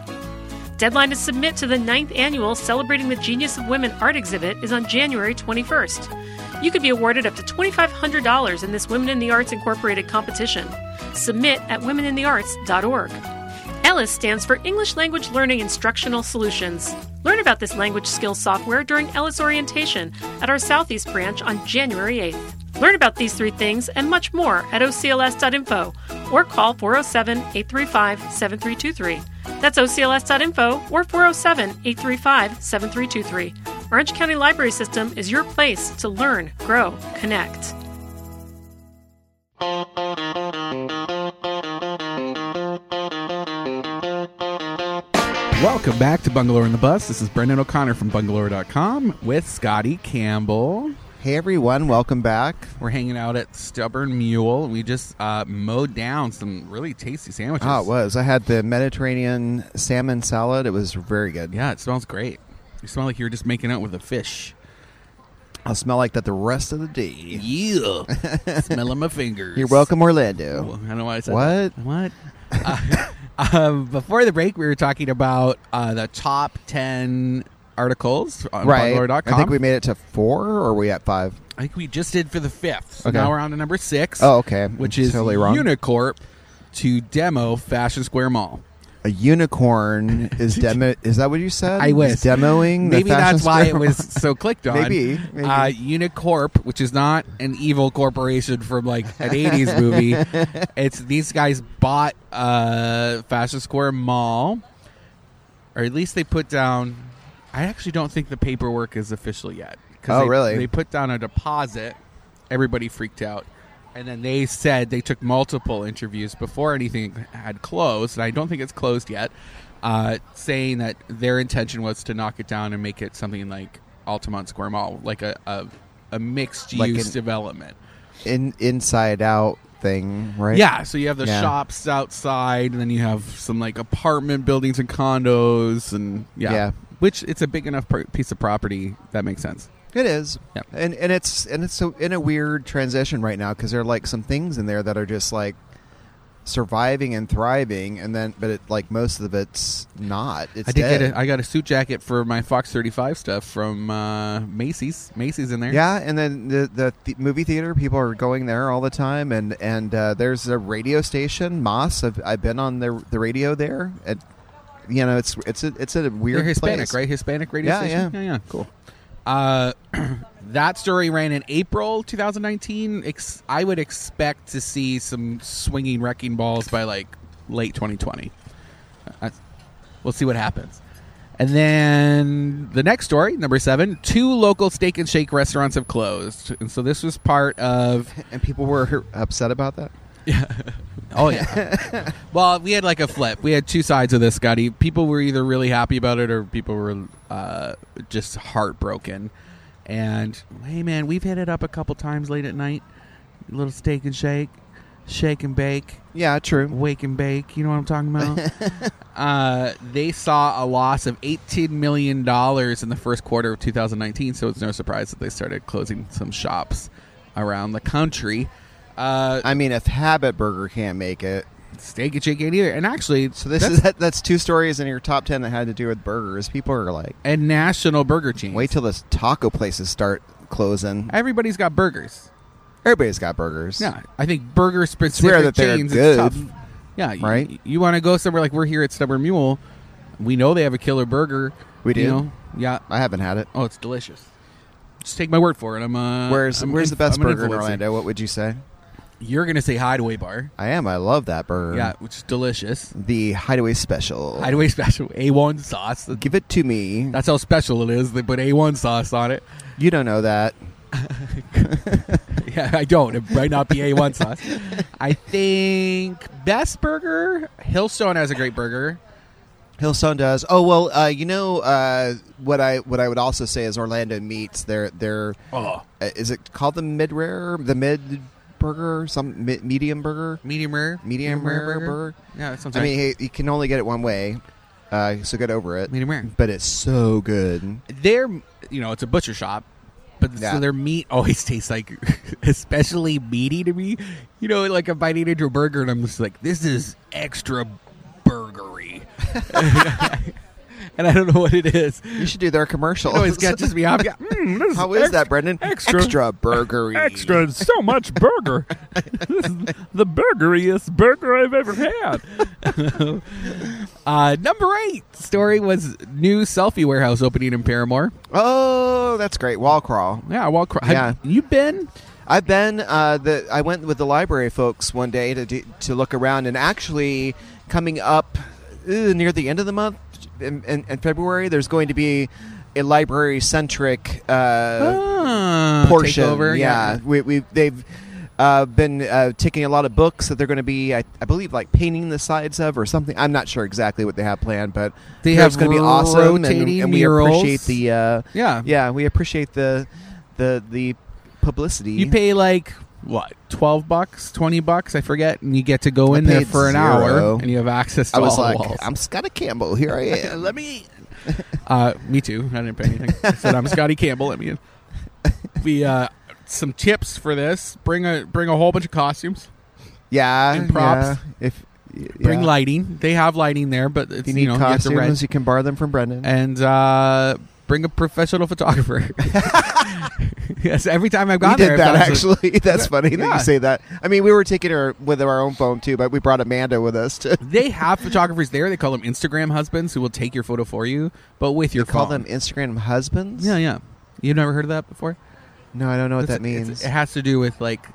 Speaker 5: Deadline to submit to the 9th annual Celebrating the Genius of Women art exhibit is on January 21st. You could be awarded up to $2,500 in this Women in the Arts Incorporated competition. Submit at womeninthearts.org. ELLIS stands for English Language Learning Instructional Solutions. Learn about this language skill software during ELLIS orientation at our Southeast branch on January 8th. Learn about these three things and much more at ocls.info or call 407 835 7323. That's ocls.info or 407 835 7323. Orange County Library System is your place to learn, grow, connect.
Speaker 1: Welcome back to Bungalow in the Bus. This is Brendan O'Connor from bungalow.com with Scotty Campbell.
Speaker 2: Hey everyone, welcome back.
Speaker 1: We're hanging out at Stubborn Mule. We just uh, mowed down some really tasty sandwiches.
Speaker 2: Ah, it was. I had the Mediterranean salmon salad. It was very good.
Speaker 1: Yeah, it smells great. You smell like you were just making out with a fish.
Speaker 2: I'll smell like that the rest of the day. [laughs]
Speaker 1: Yeah. Smelling my fingers.
Speaker 2: You're welcome, Orlando.
Speaker 1: Well, I don't know why I said
Speaker 2: What?
Speaker 1: that. What? Uh, [laughs] um, before the break, we were talking about uh, the top 10 articles on
Speaker 2: right.
Speaker 1: bungalow.com.
Speaker 2: I think we made it to four, or are we at five?
Speaker 1: I think we just did for the fifth. So
Speaker 2: Okay.
Speaker 1: now we're on to number six.
Speaker 2: Oh, okay.
Speaker 1: Which
Speaker 2: I'm
Speaker 1: is
Speaker 2: totally wrong.
Speaker 1: Unicorp to demo Fashion Square Mall.
Speaker 2: a unicorn
Speaker 1: [laughs]
Speaker 2: is demo. is that what you said?
Speaker 1: I wish.
Speaker 2: Is demoing. the
Speaker 1: Maybe
Speaker 2: fashion
Speaker 1: that's why it
Speaker 2: store?
Speaker 1: was so clicked on.
Speaker 2: Maybe, maybe.
Speaker 1: Uh, Unicorp, which is not an evil corporation from like an '80s
Speaker 2: [laughs]
Speaker 1: movie, it's these guys bought uh, Fashion Square Mall, or at least they put down. I actually don't think the paperwork is official yet. 'cause
Speaker 2: Oh,
Speaker 1: they-
Speaker 2: really?
Speaker 1: They put down a deposit. Everybody freaked out. And then they said they took multiple interviews before anything had closed, and I don't think it's closed yet, uh, saying that their intention was to knock it down and make it something like Altamont Square Mall, like a, a, a mixed
Speaker 2: Like
Speaker 1: use
Speaker 2: an-
Speaker 1: development.
Speaker 2: [laughs] in inside out thing, right?
Speaker 1: Yeah, so you have the
Speaker 2: Yeah.
Speaker 1: shops outside, and then you have some like apartment buildings and condos, and yeah,
Speaker 2: Yeah.
Speaker 1: which it's a big enough pr- piece of property that makes sense.
Speaker 2: It is,
Speaker 1: Yep.
Speaker 2: and and it's and it's so in a weird transition right now because there are like some things in there that are just like surviving and thriving, and then but it like most of it's not. It's
Speaker 1: I did
Speaker 2: dead.
Speaker 1: get a, I got a suit jacket for my Fox 35 stuff from uh, Macy's. Macy's in there.
Speaker 2: yeah, and then the the th- movie theater people are going there all the time, and and uh, there's a radio station, Moss. I've, I've been on the the radio there, and you know it's it's a, it's a weird
Speaker 1: They're Hispanic,
Speaker 2: place.
Speaker 1: right? Hispanic radio
Speaker 2: Yeah,
Speaker 1: station.
Speaker 2: yeah.
Speaker 1: yeah, Cool. Uh, [clears throat] that story ran in April 2019. Ex- I would expect to see some swinging wrecking balls by like late 2020. Uh, we'll see what happens. And then the next story, number seven, two local steak and shake restaurants have closed. And so this was part of
Speaker 2: And people were upset about that.
Speaker 1: Oh yeah. well, we had like a flip. We had two sides of this, Scotty. People were either really happy about it or people were uh, just heartbroken. And hey, man, we've hit it up a couple times late at night. A little steak and shake, shake and bake,
Speaker 2: Yeah, true.
Speaker 1: wake and bake. You know what I'm talking about? uh, they saw a loss of 18 million dollars in the first quarter of 2019. So it's no surprise that they started closing some shops around the country. Uh,
Speaker 2: I mean, if Habit Burger can't make it,
Speaker 1: steak and shake ain't either. And actually,
Speaker 2: So this is that, that's two stories in your top ten that had to do with burgers. People are like,
Speaker 1: and national burger chains.
Speaker 2: wait till this taco places start closing.
Speaker 1: everybody's got burgers.
Speaker 2: Everybody's got burgers.
Speaker 1: Yeah, I think burger specific
Speaker 2: rare that they're
Speaker 1: chains
Speaker 2: good,
Speaker 1: is tough. Yeah, you- You,
Speaker 2: right?
Speaker 1: want to go somewhere like we're here at Stubborn Mule. We know they have a killer burger.
Speaker 2: We
Speaker 1: You
Speaker 2: do?
Speaker 1: know? Yeah.
Speaker 2: I haven't had it.
Speaker 1: Oh, it's delicious. Just take my word for it. I'm uh
Speaker 2: Where's
Speaker 1: I'm
Speaker 2: Where's
Speaker 1: inf-
Speaker 2: the best
Speaker 1: I'm an
Speaker 2: burger in
Speaker 1: influencer.
Speaker 2: Orlando? What would you say?
Speaker 1: You're gonna say Hideaway Bar.
Speaker 2: I am. I love that burger.
Speaker 1: Yeah, which is delicious.
Speaker 2: The Hideaway Special.
Speaker 1: Hideaway [laughs] special A1 sauce.
Speaker 2: Give it to me.
Speaker 1: That's how special it is. They put A1 sauce on it.
Speaker 2: You don't know that.
Speaker 1: [laughs] Yeah, I don't. It might not be A1 sauce. I think Best Burger, Hillstone has a great burger.
Speaker 2: Hillstone does. Oh well, uh, you know uh, what I what I would also say is Orlando meats. They're they're
Speaker 1: Oh.
Speaker 2: uh, is it called the mid rare, the mid burger, some mi- medium burger,
Speaker 1: Medium rare.
Speaker 2: medium rare burger.
Speaker 1: Yeah, that sounds
Speaker 2: I
Speaker 1: right.
Speaker 2: mean, hey, you can only get it one way, uh, so get over it.
Speaker 1: medium rare.
Speaker 2: But it's so good.
Speaker 1: They're, you know, it's a butcher shop, but
Speaker 2: Yeah.
Speaker 1: so their meat always [laughs] tastes like especially meaty to me. You know, like if I into a burger and I'm just like, this is extra burgery. [laughs] and I don't know what it is.
Speaker 2: You should do their commercial.
Speaker 1: It always catches me off. Yeah, mm, this
Speaker 2: Oh, [laughs] How is
Speaker 1: ex-
Speaker 2: that, Brendan?
Speaker 1: extra-
Speaker 2: burgery.
Speaker 4: Extra, so much burger. [laughs] this is the burgeriest burger I've ever had.
Speaker 1: [laughs] Uh, number eight story was new selfie warehouse opening in Paramore.
Speaker 2: Oh, that's great. Wall crawl.
Speaker 1: Yeah, well, cr- have
Speaker 2: Yeah.
Speaker 1: you been?
Speaker 2: I've been. Uh, the I went with the library folks one day to do, to look around, and actually coming up uh, near the end of the month in, in, in February, there's going to be a library centric. Uh,
Speaker 1: Ah,
Speaker 2: portion.
Speaker 1: takeover,
Speaker 2: yeah. we we they've uh, been uh, taking a lot of books that they're going to be, I, I believe, like painting the sides of or something. I'm not sure exactly what they have planned, but
Speaker 1: They
Speaker 2: it's
Speaker 1: have
Speaker 2: going to be awesome, and,
Speaker 1: rotating
Speaker 2: and we
Speaker 1: murals.
Speaker 2: appreciate the uh,
Speaker 1: yeah,
Speaker 2: yeah, we appreciate the the the publicity.
Speaker 1: You pay like what twelve bucks, twenty bucks, I forget, and you get to go
Speaker 2: I
Speaker 1: in there
Speaker 2: paid
Speaker 1: for an
Speaker 2: zero.
Speaker 1: hour, and you have access to
Speaker 2: I was
Speaker 1: all
Speaker 2: like,
Speaker 1: the walls.
Speaker 2: I'm Scotty Campbell.
Speaker 1: [laughs]
Speaker 2: Here I am.
Speaker 1: let me. Uh, me too. I didn't pay anything. I said I'm Scotty Campbell. Let
Speaker 2: [laughs]
Speaker 1: me in. We uh, some tips for this. Bring a bring a whole bunch of costumes.
Speaker 2: yeah,
Speaker 1: And props.
Speaker 2: yeah, if yeah.
Speaker 1: Bring lighting. They have lighting there, but it's,
Speaker 2: If you need
Speaker 1: know
Speaker 2: costumes,
Speaker 1: you
Speaker 2: you,
Speaker 1: have to rent.
Speaker 2: can borrow them from Brendan. [laughs]
Speaker 1: and uh, bring a professional photographer. [laughs] yes, every time I've
Speaker 2: We
Speaker 1: gone there,
Speaker 2: did
Speaker 1: I've
Speaker 2: that
Speaker 1: done some-
Speaker 2: actually. [laughs] That's funny that
Speaker 1: yeah.
Speaker 2: you say that. I mean, we were taking her with our own phone too, but we brought Amanda with us to
Speaker 1: They have photographers there. They call them Instagram husbands who will take your photo for you, but with [laughs] your
Speaker 2: call
Speaker 1: phone.
Speaker 2: them Instagram husbands.
Speaker 1: Yeah, yeah. You've never heard of that before?
Speaker 2: No, I don't know what that
Speaker 1: It's- it's-
Speaker 2: means.
Speaker 1: It has to do with like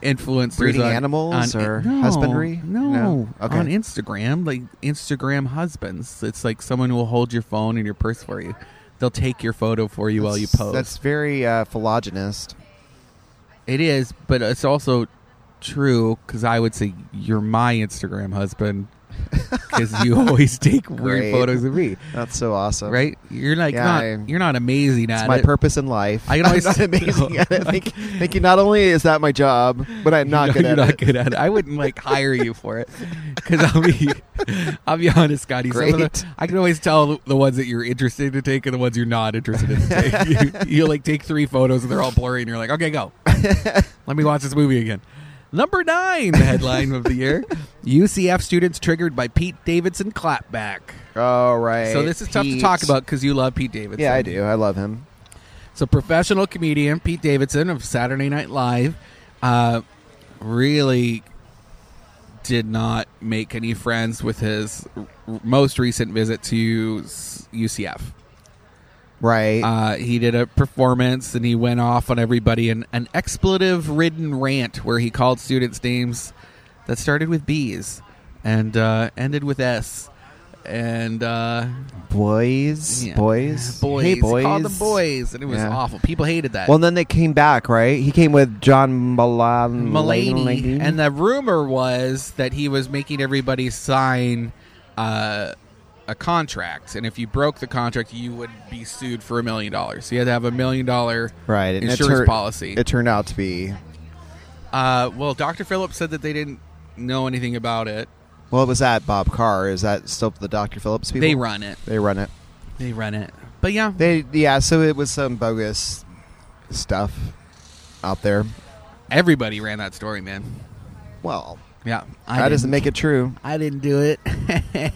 Speaker 1: influencers
Speaker 2: Breeding
Speaker 1: on-
Speaker 2: animals
Speaker 1: on-
Speaker 2: or
Speaker 1: no,
Speaker 2: husbandry?
Speaker 1: No,
Speaker 2: No? Okay.
Speaker 1: on Instagram, like Instagram husbands. It's like someone will hold your phone and your purse for you. They'll take your photo for you while you
Speaker 2: That's-
Speaker 1: pose.
Speaker 2: That's very uh, phylogynist.
Speaker 1: It is, but it's also true because I would say you're my Instagram
Speaker 2: [laughs]
Speaker 1: husband because you always take
Speaker 2: Great.
Speaker 1: weird photos of me,
Speaker 2: That's so awesome.
Speaker 1: right? You're like
Speaker 2: Yeah,
Speaker 1: not,
Speaker 2: I-
Speaker 1: you're not amazing
Speaker 2: It's
Speaker 1: at
Speaker 2: my
Speaker 1: it.
Speaker 2: purpose in life. [laughs]
Speaker 1: I can
Speaker 2: I'm
Speaker 1: always- [laughs]
Speaker 2: not amazing
Speaker 1: No.
Speaker 2: at it. Thank, thank you. Not only is that my job, but I'm
Speaker 1: [laughs]
Speaker 2: not
Speaker 1: No,
Speaker 2: good
Speaker 1: you're
Speaker 2: at
Speaker 1: not
Speaker 2: it.
Speaker 1: good at it. I wouldn't like hire you for it because I'll be, [laughs] I'll be honest, Scotty. Some of
Speaker 2: Great.
Speaker 1: the, I can always tell the ones that you're interested to take and the ones you're not interested in to
Speaker 2: [laughs]
Speaker 1: take. you, you like take three photos and they're all blurry, and you're like, okay, go. Let me watch this movie again. Number nine, the headline of the
Speaker 2: [laughs]
Speaker 1: year: UCF students triggered by Pete Davidson clapback.
Speaker 2: All right.
Speaker 1: So this is tough to
Speaker 2: Pete.
Speaker 1: talk about because you love Pete Davidson.
Speaker 2: Yeah, I do. I love him.
Speaker 1: So, professional comedian Pete Davidson of Saturday Night Live uh, really did not make any friends with his r- most recent visit to s- UCF.
Speaker 2: Right.
Speaker 1: Uh, he did a performance and he went off on everybody in an expletive ridden rant where he called students names that started with B's and uh, ended with S. And uh,
Speaker 2: boys,
Speaker 1: yeah. [laughs]
Speaker 2: boys,
Speaker 1: boys,
Speaker 2: Hey,
Speaker 1: He
Speaker 2: boys.
Speaker 1: called them boys, and it was
Speaker 2: Yeah.
Speaker 1: awful. People hated that.
Speaker 2: Well, and then they came back, right? He came with John Mulan-
Speaker 1: Mulaney, and the rumor was that he was making everybody sign uh, a contract, and if you broke the contract, you would be sued for a million dollars. So you had to have a million dollar
Speaker 2: right and it
Speaker 1: insurance
Speaker 2: tur-
Speaker 1: policy.
Speaker 2: It turned out to be
Speaker 1: uh, well, Doctor Phillips said that they didn't know anything about it.
Speaker 2: well, it was that Bob Carr. Is that still the Dr. Phillips people?
Speaker 1: They run it.
Speaker 2: They run it.
Speaker 1: They run it. But yeah,
Speaker 2: They yeah. So it was some bogus stuff out there.
Speaker 1: everybody ran that story, man.
Speaker 2: Well,
Speaker 1: Yeah, I
Speaker 2: that
Speaker 1: didn't-
Speaker 2: doesn't make it true.
Speaker 1: I didn't do it.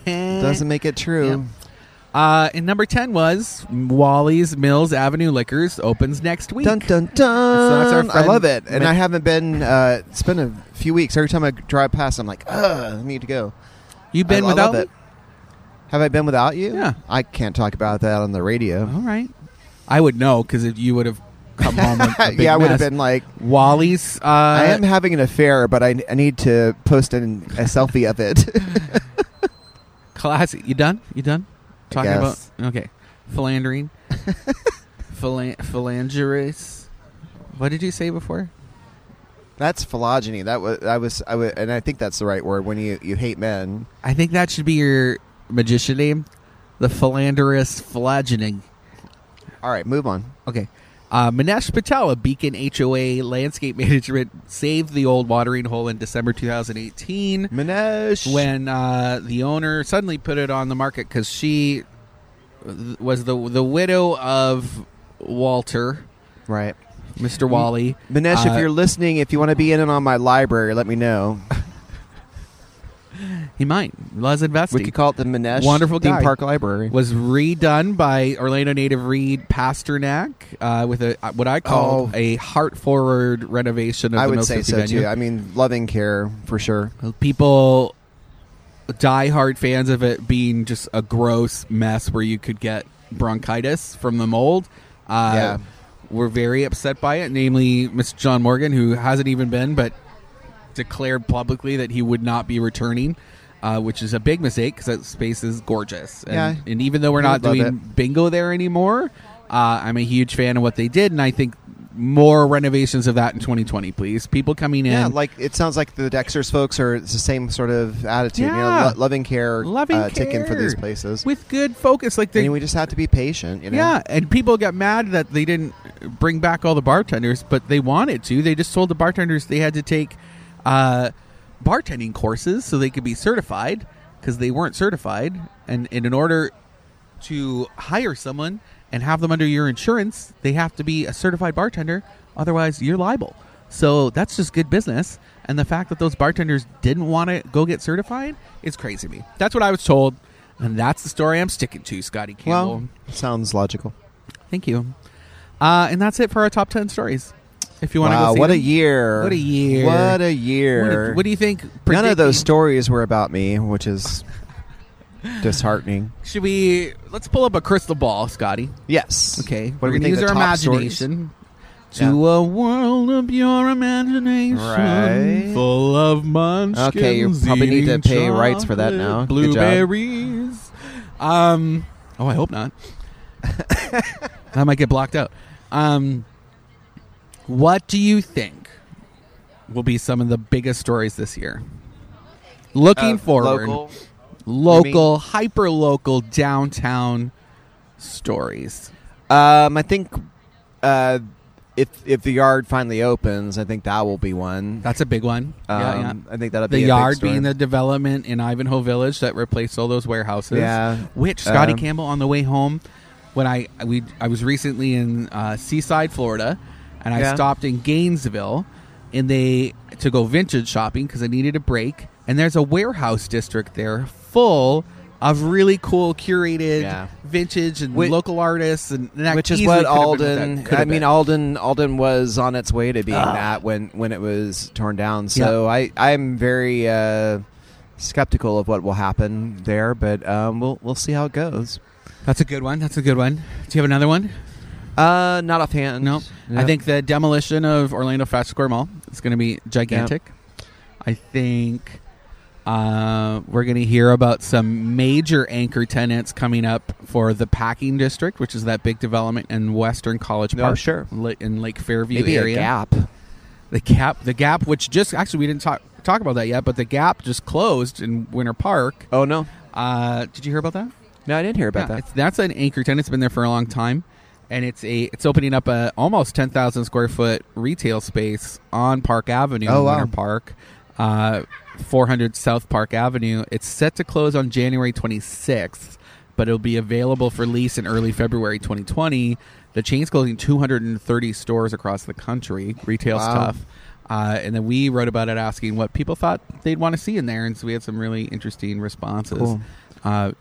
Speaker 2: [laughs] Doesn't make it true.
Speaker 1: Uh, and number ten was Wally's Mills Avenue Liquors opens next week.
Speaker 2: Dun dun dun!
Speaker 1: that's our
Speaker 2: I
Speaker 1: friend
Speaker 2: love it, and
Speaker 1: Ma-
Speaker 2: I haven't been. Uh, it's been a few weeks. Every time I drive past, I'm like, ugh, I need to go.
Speaker 1: You've been
Speaker 2: I, I
Speaker 1: without
Speaker 2: love it. Have I been without you?
Speaker 1: Yeah. Oh,
Speaker 2: I can't talk about that on the radio.
Speaker 1: All right. I would know because if you would have come home,
Speaker 2: [laughs]
Speaker 1: with a big
Speaker 2: yeah, I would have
Speaker 1: mess.
Speaker 2: been like,
Speaker 1: Wally's. Uh,
Speaker 2: I am [laughs] having an affair, but I, I need to post an, a selfie of it. [laughs]
Speaker 1: classy. You done? You done?
Speaker 2: I
Speaker 1: Talking about
Speaker 2: guess.
Speaker 1: okay,
Speaker 2: [laughs]
Speaker 1: philandering, Philan- phalangerous. What did you say before?
Speaker 2: that's phylogeny. That was I was I was, and I think that's the right word when you you hate men.
Speaker 1: I think that should be your magician name, the philanderous flagellating.
Speaker 2: All right, move on.
Speaker 1: Okay. Uh, Manesh Patel, a Beacon HOA landscape [laughs] management, saved the old watering hole in December 2018.
Speaker 2: Minesh.
Speaker 1: when uh, the owner suddenly put it on the market because she th- was the the widow of Walter,
Speaker 2: right,
Speaker 1: Mr. Wally.
Speaker 2: Minesh,
Speaker 1: Uh,
Speaker 2: if you're listening, if you want to be in and on my library, let me know.
Speaker 1: he might Las
Speaker 2: We
Speaker 1: Investi
Speaker 2: could call it the Minesh
Speaker 1: Wonderful
Speaker 2: Theme
Speaker 1: guy.
Speaker 2: Park Library.
Speaker 1: was redone by Orlando native Reed Pasternak uh, with a what I call
Speaker 2: Oh.
Speaker 1: a heart forward renovation of
Speaker 2: I
Speaker 1: the
Speaker 2: would
Speaker 1: Mill
Speaker 2: say
Speaker 1: City
Speaker 2: so
Speaker 1: venue.
Speaker 2: too. I mean, loving care for sure.
Speaker 1: people diehard fans of it being just a gross mess where you could get bronchitis from the mold. Uh,
Speaker 2: Yeah.
Speaker 1: Were very upset by it, namely Mr. John Morgan, who hasn't even been, but declared publicly that he would not be returning, uh, which is a big mistake because that space is gorgeous. And,
Speaker 2: Yeah.
Speaker 1: and even though we're not
Speaker 2: Love
Speaker 1: doing
Speaker 2: it.
Speaker 1: bingo there anymore, uh, I'm a huge fan of what they did, and I think more renovations of that in 2020, please. People coming in,
Speaker 2: Yeah, like it sounds like the Dexter's folks are it's the same sort of attitude. You know,
Speaker 1: Yeah.
Speaker 2: lo- loving care,
Speaker 1: loving
Speaker 2: uh,
Speaker 1: care
Speaker 2: taken for these places.
Speaker 1: with good focus. Like they,
Speaker 2: and we just have to be patient. You know,
Speaker 1: yeah, and people got mad that they didn't bring back all the bartenders, but they wanted to. They just told the bartenders they had to take uh, bartending courses so they could be certified because they weren't certified, and, and in order to hire someone and have them under your insurance, they have to be a certified bartender. Otherwise, you're liable. So that's just good business. And the fact that those bartenders didn't want to go get certified is crazy to me. That's what I was told. And that's the story I'm sticking to, Scotty Campbell.
Speaker 2: Well, sounds logical.
Speaker 1: Thank you. Uh, and that's it for our top 10 stories. If you want to
Speaker 2: Wow,
Speaker 1: go see
Speaker 2: what a
Speaker 1: them.
Speaker 2: year!
Speaker 1: What a year.
Speaker 2: What a
Speaker 1: What,
Speaker 2: year!
Speaker 1: do- what do you think?
Speaker 2: None of
Speaker 1: predicting-
Speaker 2: those stories were about me,
Speaker 1: [laughs]
Speaker 2: which is disheartening.
Speaker 1: Should we? Let's pull up a crystal ball, Scotty.
Speaker 2: Yes.
Speaker 1: Okay.
Speaker 2: What
Speaker 1: We're
Speaker 2: do we
Speaker 1: gonna
Speaker 2: think?
Speaker 1: use
Speaker 2: the
Speaker 1: our
Speaker 2: top stories?
Speaker 1: imagination to a world of your imagination,
Speaker 2: Right.
Speaker 1: full of munchkins.
Speaker 2: Okay, you probably need to
Speaker 1: eating
Speaker 2: pay rights for that now.
Speaker 1: chocolate
Speaker 2: Good job.
Speaker 1: Blueberries. Um. Oh, I hope
Speaker 2: [laughs]
Speaker 1: not. I might get blocked out. Um. What do you think will be some of the biggest stories this year? Looking
Speaker 2: Of
Speaker 1: forward,
Speaker 2: Uh, local-
Speaker 1: local hyper local downtown stories.
Speaker 2: Um, I think uh, if if the yard finally opens, I think that will be one.
Speaker 1: That's a big one.
Speaker 2: Um,
Speaker 1: yeah, yeah.
Speaker 2: I think that'll
Speaker 1: The
Speaker 2: be a big
Speaker 1: yard
Speaker 2: story.
Speaker 1: being the development in Ivanhoe Village that replaced all those warehouses.
Speaker 2: Yeah.
Speaker 1: Which Scotty
Speaker 2: Um,
Speaker 1: Campbell on the way home, when I we I was recently in uh, Seaside, Florida, and I
Speaker 2: Yeah.
Speaker 1: stopped in Gainesville, and they to go vintage shopping because I needed a break. And there's a warehouse district there full of really cool curated
Speaker 2: Yeah.
Speaker 1: vintage and
Speaker 2: Which-
Speaker 1: local artists, and, and that
Speaker 2: which is
Speaker 1: easily could
Speaker 2: what
Speaker 1: have been what that
Speaker 2: Alden.
Speaker 1: could
Speaker 2: I
Speaker 1: have
Speaker 2: mean,
Speaker 1: been. Ah.
Speaker 2: Alden. Alden was on its way to being that when when it was torn down. So I I'm very uh, skeptical of what will happen there, but um, we'll we'll see how it goes.
Speaker 1: that's a good one. That's a good one. Do you have another one?
Speaker 2: Uh, not offhand.
Speaker 1: No, I
Speaker 2: Yeah.
Speaker 1: think the demolition of Orlando Fast Square Mall is going to be gigantic. I think uh, we're going to hear about some major anchor tenants coming up for the Packing District, which is that big development in Western College
Speaker 2: No,
Speaker 1: Park,
Speaker 2: sure.
Speaker 1: li- in Lake Fairview
Speaker 2: maybe
Speaker 1: area.
Speaker 2: a gap.
Speaker 1: The Gap, the Gap, which just actually we didn't talk talk about that yet, but the Gap just closed in Winter Park.
Speaker 2: Oh no,
Speaker 1: Uh, did you hear about that?
Speaker 2: no, I didn't hear about
Speaker 1: Yeah,
Speaker 2: that.
Speaker 1: it's- that's an anchor tenant. It's been there for a long time, and it's a it's opening up a almost ten thousand square foot retail space on Park Avenue
Speaker 2: Oh,
Speaker 1: in
Speaker 2: wow.
Speaker 1: Winter Park, uh, four hundred South Park Avenue. It's set to close on January twenty sixth, but it'll be available for lease in early February twenty twenty. The chain's closing two hundred and thirty stores across the country, retail
Speaker 2: Wow.
Speaker 1: stuff. Uh, and then we wrote about it asking what people thought they'd want to see in there. And so we had some really interesting responses.
Speaker 2: Cool.
Speaker 1: Uh,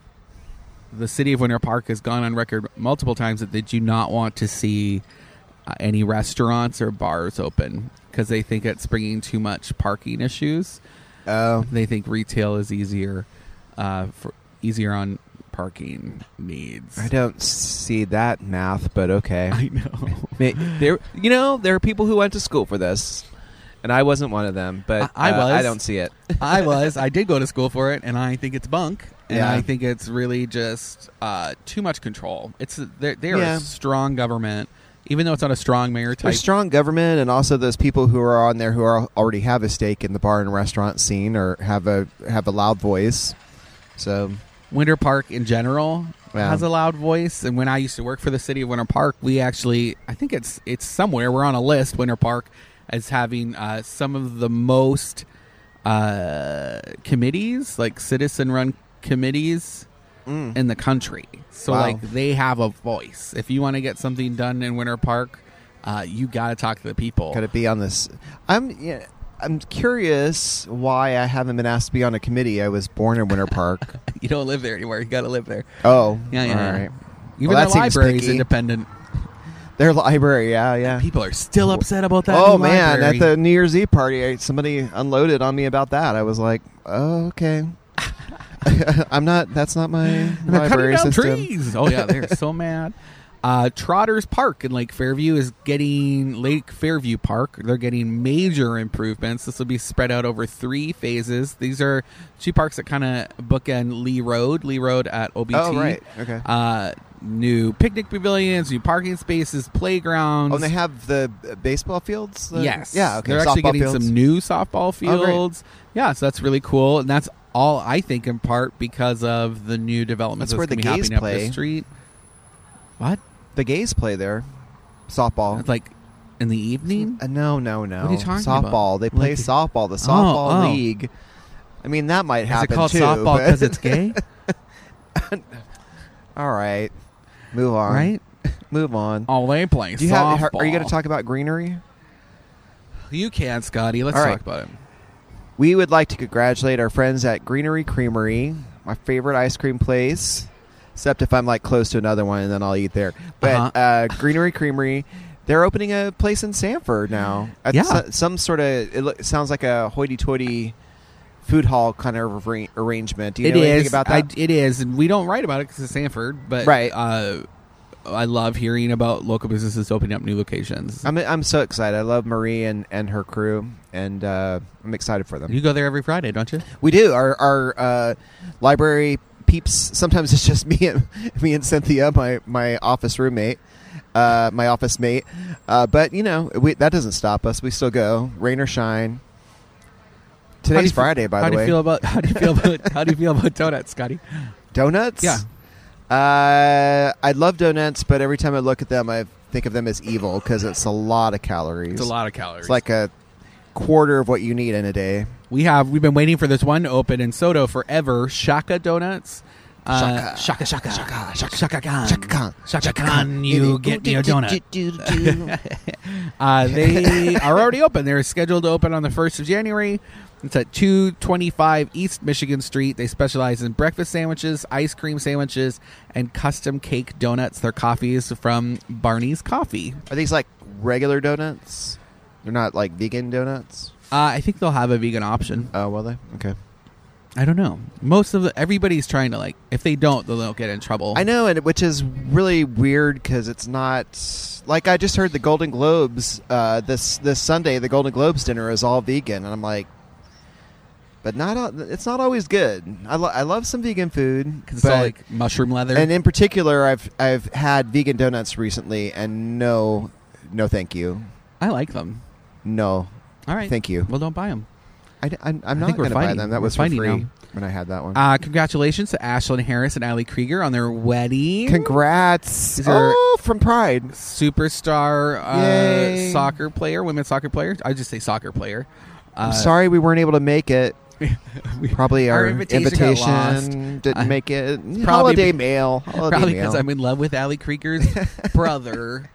Speaker 1: the city of Winter Park has gone on record multiple times that they do not want to see uh, any restaurants or bars open because they think it's bringing too much parking issues.
Speaker 2: Oh,
Speaker 1: They think retail is easier, uh, for easier on parking needs.
Speaker 2: I don't see that math, but okay.
Speaker 1: I know.
Speaker 2: Ma- there, you know, there are people who went to school for this, and I wasn't one of them. But
Speaker 1: I- I
Speaker 2: uh, I
Speaker 1: was.
Speaker 2: don't see it.
Speaker 1: [laughs] I was. I did go to school for it, and I think it's bunk. And
Speaker 2: Yeah.
Speaker 1: I think it's really just uh, too much control. It's they're, they're
Speaker 2: Yeah.
Speaker 1: a strong government, even though it's not a strong mayor type.
Speaker 2: There's strong government, and also those people who are on there who are already have a stake in the bar and restaurant scene or have a have a loud voice. So
Speaker 1: Winter Park in general
Speaker 2: Yeah.
Speaker 1: has a loud voice. And when I used to work for the city of Winter Park, we actually, I think it's it's somewhere we're on a list. Winter Park as having uh, some of the most uh, committees, like citizen-run committees in the country. So
Speaker 2: Mm. Wow.
Speaker 1: like they have a voice. If you want to get something done in Winter Park, uh, you got to talk to the people.
Speaker 2: gotta be on this. I'm yeah. I'm curious why I haven't been asked to be on a committee. I was born in Winter Park.
Speaker 1: [laughs]
Speaker 2: [laughs]
Speaker 1: You don't live there anymore. You got to live there.
Speaker 2: oh,
Speaker 1: Yeah, yeah,
Speaker 2: all
Speaker 1: yeah.
Speaker 2: right.
Speaker 1: Even
Speaker 2: Well,
Speaker 1: the
Speaker 2: that seems
Speaker 1: library's
Speaker 2: picky.
Speaker 1: independent.
Speaker 2: Their library, yeah, yeah.
Speaker 1: People are still upset about that.
Speaker 2: oh
Speaker 1: new
Speaker 2: man,
Speaker 1: library.
Speaker 2: at the New Year's Eve party, I, somebody unloaded on me about that. I was like,
Speaker 1: [laughs]
Speaker 2: oh, okay. I'm not. That's not my
Speaker 1: They're
Speaker 2: library
Speaker 1: cutting down
Speaker 2: system.
Speaker 1: trees. Oh yeah, they're
Speaker 2: [laughs]
Speaker 1: so mad. Uh, Trotters Park in Lake Fairview is getting Lake Fairview Park. They're getting major improvements. This will be spread out over three phases. These are two parks that kind of bookend Lee Road. Lee Road at OBT.
Speaker 2: Oh, right. Okay.
Speaker 1: Uh, new picnic pavilions, new parking spaces, playgrounds.
Speaker 2: Oh, and they have the uh, baseball fields. The-
Speaker 1: Yes.
Speaker 2: Yeah. Okay.
Speaker 1: They're actually
Speaker 2: softball
Speaker 1: getting
Speaker 2: fields. Oh,
Speaker 1: some new softball
Speaker 2: great.
Speaker 1: fields. yeah, so that's really cool, and that's all I think in part because of the new developments
Speaker 2: That's where the
Speaker 1: gonna be
Speaker 2: gays
Speaker 1: happening up
Speaker 2: play.
Speaker 1: the street. What?
Speaker 2: The gays play there. Softball.
Speaker 1: It's like in the evening.
Speaker 2: Uh, no, no, no.
Speaker 1: What are you talking
Speaker 2: softball.
Speaker 1: about?
Speaker 2: They play
Speaker 1: Like-
Speaker 2: softball. The softball
Speaker 1: oh.
Speaker 2: league. I mean, that
Speaker 1: Is
Speaker 2: might
Speaker 1: it
Speaker 2: happen
Speaker 1: called
Speaker 2: too.
Speaker 1: softball
Speaker 2: but-
Speaker 1: because it's gay?
Speaker 2: [laughs] All right. Move on.
Speaker 1: right?
Speaker 2: Move on.
Speaker 1: Oh, they play
Speaker 2: Do you
Speaker 1: softball.
Speaker 2: have, are you going to talk about greenery?
Speaker 1: You can, Scotty. Let's
Speaker 2: All
Speaker 1: talk
Speaker 2: right.
Speaker 1: about it.
Speaker 2: We would like to congratulate our friends at Greenery Creamery, my favorite ice cream place. except if I'm like close to another one, and then I'll eat there. But uh
Speaker 1: Uh-huh.
Speaker 2: Greenery Creamery, they're opening a place in Sanford now. At
Speaker 1: Yeah.
Speaker 2: so- some sort of it lo- sounds like a hoity-toity food hall kind of arra- arrangement. Do you
Speaker 1: It
Speaker 2: know
Speaker 1: is
Speaker 2: anything about that?
Speaker 1: I, it is, and we don't write about it because it's Sanford. But
Speaker 2: Right.
Speaker 1: uh, I love hearing about local businesses opening up new locations.
Speaker 2: I'm I'm so excited. I love Marie and, and her crew, and uh, I'm excited for them.
Speaker 1: you go there every Friday, don't you?
Speaker 2: We do our our uh, library peeps. Sometimes it's just [laughs] me and me and Cynthia, my my office roommate, uh, my office mate. Uh, but you know we, that doesn't stop us. We still go, rain or shine.
Speaker 1: How do you
Speaker 2: Today's
Speaker 1: fe-
Speaker 2: Friday, by
Speaker 1: how
Speaker 2: the
Speaker 1: do
Speaker 2: way.
Speaker 1: you feel about how do you feel about how do you feel [laughs] about donuts, Scotty?
Speaker 2: donuts.
Speaker 1: Yeah.
Speaker 2: Uh, I love donuts, but every time I look at them, I think of them as evil because it's a lot of calories.
Speaker 1: It's a lot of calories.
Speaker 2: It's like a quarter of what you need in a day.
Speaker 1: we have we've been waiting for this one to open in Soto forever. Shaka Donuts. Uh, shaka shaka shaka shaka shaka Khan.
Speaker 2: Chaka Khan.
Speaker 1: Shaka Khan, you get me a donut. [laughs] Uh, [laughs] they are already open. They're scheduled to open on the 1st of January. It's at 225 East Michigan Street. They specialize in breakfast sandwiches, ice cream sandwiches, and custom cake donuts. Their coffee is from Barney's Coffee.
Speaker 2: Are these like regular donuts? They're not like vegan donuts.
Speaker 1: Uh, I think they'll have a vegan option.
Speaker 2: Oh, will they? Okay.
Speaker 1: I don't know. Most of the everybody's trying to like. If they don't, then they'll get in trouble.
Speaker 2: I know, and which is really weird because it's not like I just heard the Golden Globes uh, this this Sunday. The Golden Globes dinner is all vegan, and I'm like, but not all, it's not always good. I, lo- I love some vegan food,
Speaker 1: 'Cause it's
Speaker 2: but
Speaker 1: all like mushroom leather.
Speaker 2: and in particular, I've I've had vegan donuts recently, and no, no, thank you,
Speaker 1: I like them.
Speaker 2: no,
Speaker 1: All right.
Speaker 2: thank you.
Speaker 1: Well, don't buy them.
Speaker 2: I, am I'm
Speaker 1: think
Speaker 2: not
Speaker 1: we're
Speaker 2: going to buy
Speaker 1: fighting.
Speaker 2: them. That
Speaker 1: We're
Speaker 2: was for
Speaker 1: fighting
Speaker 2: free
Speaker 1: now.
Speaker 2: when I had that one.
Speaker 1: Uh, congratulations to Ashlyn Harris and Allie Krieger on their wedding.
Speaker 2: Congrats!
Speaker 1: These are-
Speaker 2: oh, from Pride.
Speaker 1: Superstar uh,
Speaker 2: Yay.
Speaker 1: soccer player, women's soccer player. I just say soccer player. Uh,
Speaker 2: I'm sorry we weren't able to
Speaker 1: [laughs]
Speaker 2: make it. Probably
Speaker 1: Our
Speaker 2: our,
Speaker 1: invitation
Speaker 2: invitation,
Speaker 1: got lost.
Speaker 2: didn't
Speaker 1: I- [laughs]
Speaker 2: make it.
Speaker 1: probably
Speaker 2: holiday
Speaker 1: be- [laughs]
Speaker 2: mail. Holiday
Speaker 1: Probably
Speaker 2: mail.
Speaker 1: because I'm in love with Allie
Speaker 2: [laughs]
Speaker 1: Krieger's brother,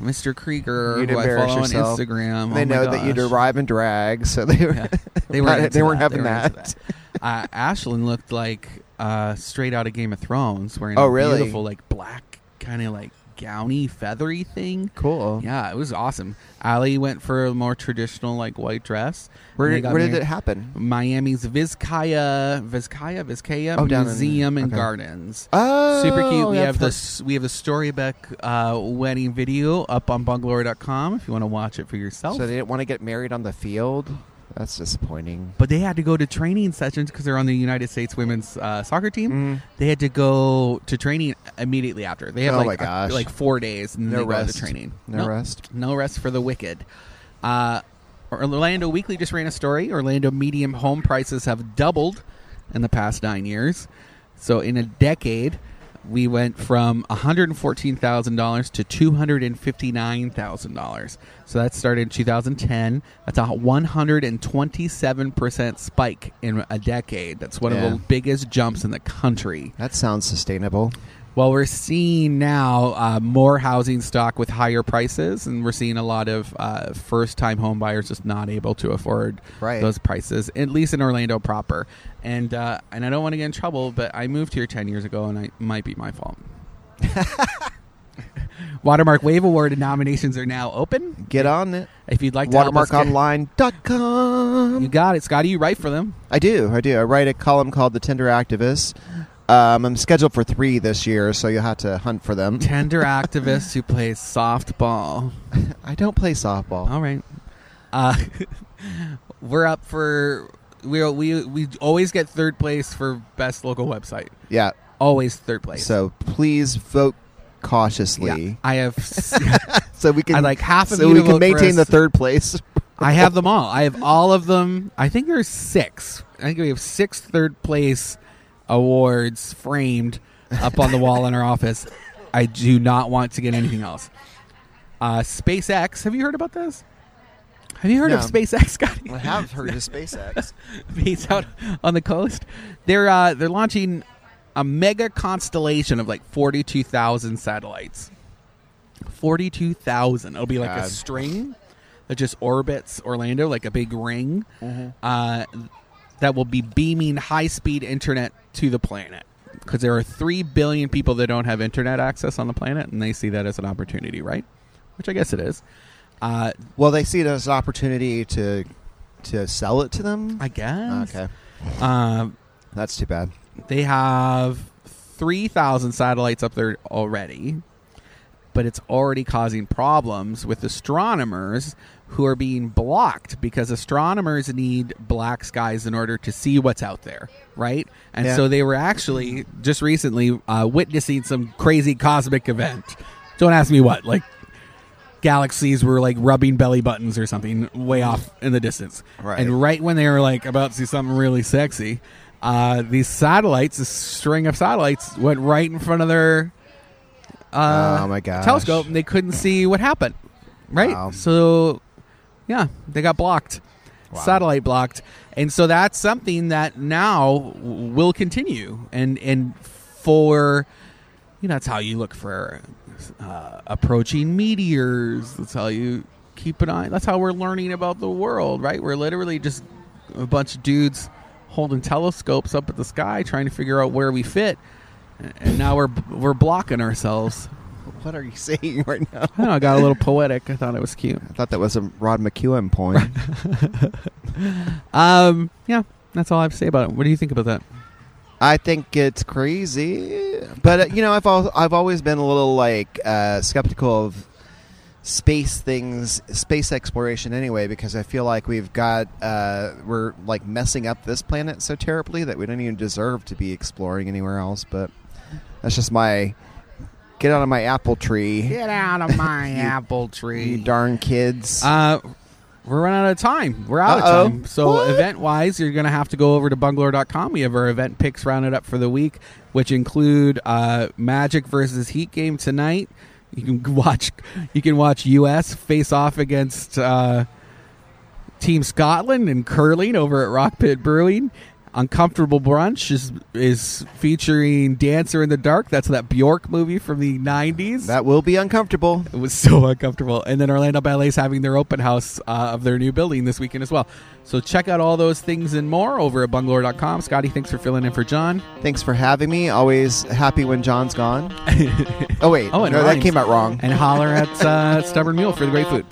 Speaker 1: Mr. Krieger,
Speaker 2: You'd
Speaker 1: who I
Speaker 2: embarrass
Speaker 1: follow
Speaker 2: yourself.
Speaker 1: on Instagram.
Speaker 2: they
Speaker 1: Oh my
Speaker 2: know that you'd
Speaker 1: gosh.
Speaker 2: arrive in drag, so they were [laughs]
Speaker 1: Yeah.
Speaker 2: they, were
Speaker 1: into
Speaker 2: they weren't
Speaker 1: that.
Speaker 2: having
Speaker 1: into
Speaker 2: that.
Speaker 1: uh, Ashlyn looked like uh, straight out of Game of Thrones, wearing
Speaker 2: Oh,
Speaker 1: a
Speaker 2: really?
Speaker 1: beautiful like black kind of like gowny feathery thing.
Speaker 2: Cool.
Speaker 1: Yeah, it was awesome. Allie went for a more traditional like white dress.
Speaker 2: Where,
Speaker 1: and they
Speaker 2: did,
Speaker 1: got
Speaker 2: where did
Speaker 1: married-
Speaker 2: it happen?
Speaker 1: Miami's Vizcaya Vizcaya Vizcaya
Speaker 2: Oh, down in-
Speaker 1: Museum and
Speaker 2: okay.
Speaker 1: Gardens.
Speaker 2: Oh,
Speaker 1: Super cute. We
Speaker 2: yeah,
Speaker 1: have
Speaker 2: per-
Speaker 1: this. We have the storybook uh, wedding video up on bungalore.com if you want to watch it for yourself.
Speaker 2: So they didn't want to get married on the field. That's disappointing.
Speaker 1: but they had to go to training sessions because they're on the United States women's uh, soccer team.
Speaker 2: Mm-hmm.
Speaker 1: They had to go to training immediately after. They have
Speaker 2: Oh
Speaker 1: like
Speaker 2: my
Speaker 1: a-
Speaker 2: gosh.
Speaker 1: like four days and then
Speaker 2: No
Speaker 1: they go
Speaker 2: rest.
Speaker 1: to training.
Speaker 2: No rest.
Speaker 1: No rest for the wicked. Uh, Orlando Weekly just ran a story. Orlando medium home prices have doubled in the past nine years. So in a decade, we went from one hundred fourteen thousand dollars to two hundred and fifty nine thousand dollars. So that started in two thousand ten. That's a one hundred and twenty seven percent spike in a decade. That's one
Speaker 2: Yeah.
Speaker 1: of the biggest jumps in the country.
Speaker 2: That sounds sustainable.
Speaker 1: Well, we're seeing now uh, more housing stock with higher prices, and we're seeing a lot of uh, first-time home buyers just not able to afford
Speaker 2: Right.
Speaker 1: those prices, at least in Orlando proper. And uh, and I don't want to get in trouble, but I moved here ten years ago, and I, it might be my fault. Watermark Wave Award nominations are now open.
Speaker 2: Get on it.
Speaker 1: If you'd like to help us get-
Speaker 2: WatermarkOnline.com.
Speaker 1: you got it, Scotty. You write for them.
Speaker 2: I do. I do. I write a column called The Tinder Activist. Um, I'm scheduled for three this year, so you'll have to hunt for them.
Speaker 1: Tender activist who plays softball.
Speaker 2: [laughs] I don't play softball.
Speaker 1: All right. Uh, [laughs] we're up for we we we always get third place for best local website.
Speaker 2: Yeah.
Speaker 1: Always third place.
Speaker 2: So please vote
Speaker 1: yeah,
Speaker 2: cautiously,
Speaker 1: I have s-
Speaker 2: [laughs] so we can
Speaker 1: I'd like half of
Speaker 2: so
Speaker 1: you
Speaker 2: we
Speaker 1: to
Speaker 2: can
Speaker 1: vote for us.
Speaker 2: maintain the
Speaker 1: [laughs]
Speaker 2: third place.
Speaker 1: I have them all. I have all of them. I think there's six. I think we have six third place awards framed up on the wall in our office. I do not want to get anything else. Uh, SpaceX. Have you heard about this? Have you heard of
Speaker 2: No.
Speaker 1: SpaceX, Scotty?
Speaker 2: I have heard of SpaceX.
Speaker 1: [laughs] base out on the coast. They're uh, they're launching a mega constellation of like forty two thousand satellites. Forty two thousand. It'll be like a
Speaker 2: God.
Speaker 1: string that just orbits Orlando, like a big ring. Uh, that will be beaming high speed internet to the planet. because there are 3 billion people that don't have internet access on the planet and they see that as an opportunity, right? Which I guess it is. Uh,
Speaker 2: [laughs] Well, they see it as an opportunity to to sell it to them. Ah,
Speaker 1: I guess.
Speaker 2: okay,
Speaker 1: Um,
Speaker 2: that's too bad.
Speaker 1: They have 3,000 satellites up there already, but it's already causing problems with astronomers who are being blocked because astronomers need black skies in order to see what's out there, right? And
Speaker 2: Yeah.
Speaker 1: so they were actually just recently uh, witnessing some crazy cosmic event. Don't ask me what, like galaxies were like rubbing belly buttons or something way off in the distance.
Speaker 2: Right.
Speaker 1: And right when they were like about to see something really sexy, uh, these satellites, this string of satellites, went right in front of their uh,
Speaker 2: oh my gosh.
Speaker 1: telescope and they couldn't see what happened. Right?
Speaker 2: Wow.
Speaker 1: So, yeah, they got blocked.
Speaker 2: Wow.
Speaker 1: Satellite blocked. And so that's something that now w- will continue. And, and for, you know, that's how you look for uh, approaching meteors. That's how you keep an eye. That's how we're learning about the world, right? We're literally just a bunch of dudes holding telescopes up at the sky trying to figure out where we fit. And now we're we're blocking ourselves.
Speaker 2: [laughs] What are you saying [laughs] right now?
Speaker 1: I don't know, I got a little poetic. I thought it was cute.
Speaker 2: I thought that was a Rod
Speaker 1: [laughs]
Speaker 2: McEwen point.
Speaker 1: Um, yeah, that's all I have to say about it. What do you think about that?
Speaker 2: I think it's crazy, but uh, you know, I've al- I've always been a little like uh, skeptical of space things, space exploration anyway, because I feel like we've got uh, we're like messing up this planet so terribly that we don't even deserve to be exploring anywhere else. But that's just my get out of my apple tree,
Speaker 1: out of my apple
Speaker 2: you darn kids.
Speaker 1: Uh, we're running out of time. We're out
Speaker 2: Uh-oh.
Speaker 1: of time. So
Speaker 2: What?
Speaker 1: event wise, you're going to have to go over to bungalow.com. We have our event picks rounded up for the week, which include uh, Magic versus Heat game tonight. You can [laughs] g- watch. You can watch U.S. face off against uh, Team Scotland in curling over at Rock Pit Brewing. Uncomfortable brunch is is featuring Dancer in the Dark. That's that Bjork movie from the '90s.
Speaker 2: that will be uncomfortable.
Speaker 1: It was [laughs] so uncomfortable. And then Orlando Ballet's having their open house uh, of their new building this weekend as well. So check out all those things and more over at bungalow.com. Scotty, thanks for filling in for John.
Speaker 2: Thanks for having me. Always happy
Speaker 1: [laughs]
Speaker 2: when John's gone. oh wait,
Speaker 1: Oh, and
Speaker 2: no, that
Speaker 1: rhymes.
Speaker 2: came out wrong.
Speaker 1: And holler at uh, Stubborn Mule for the great food.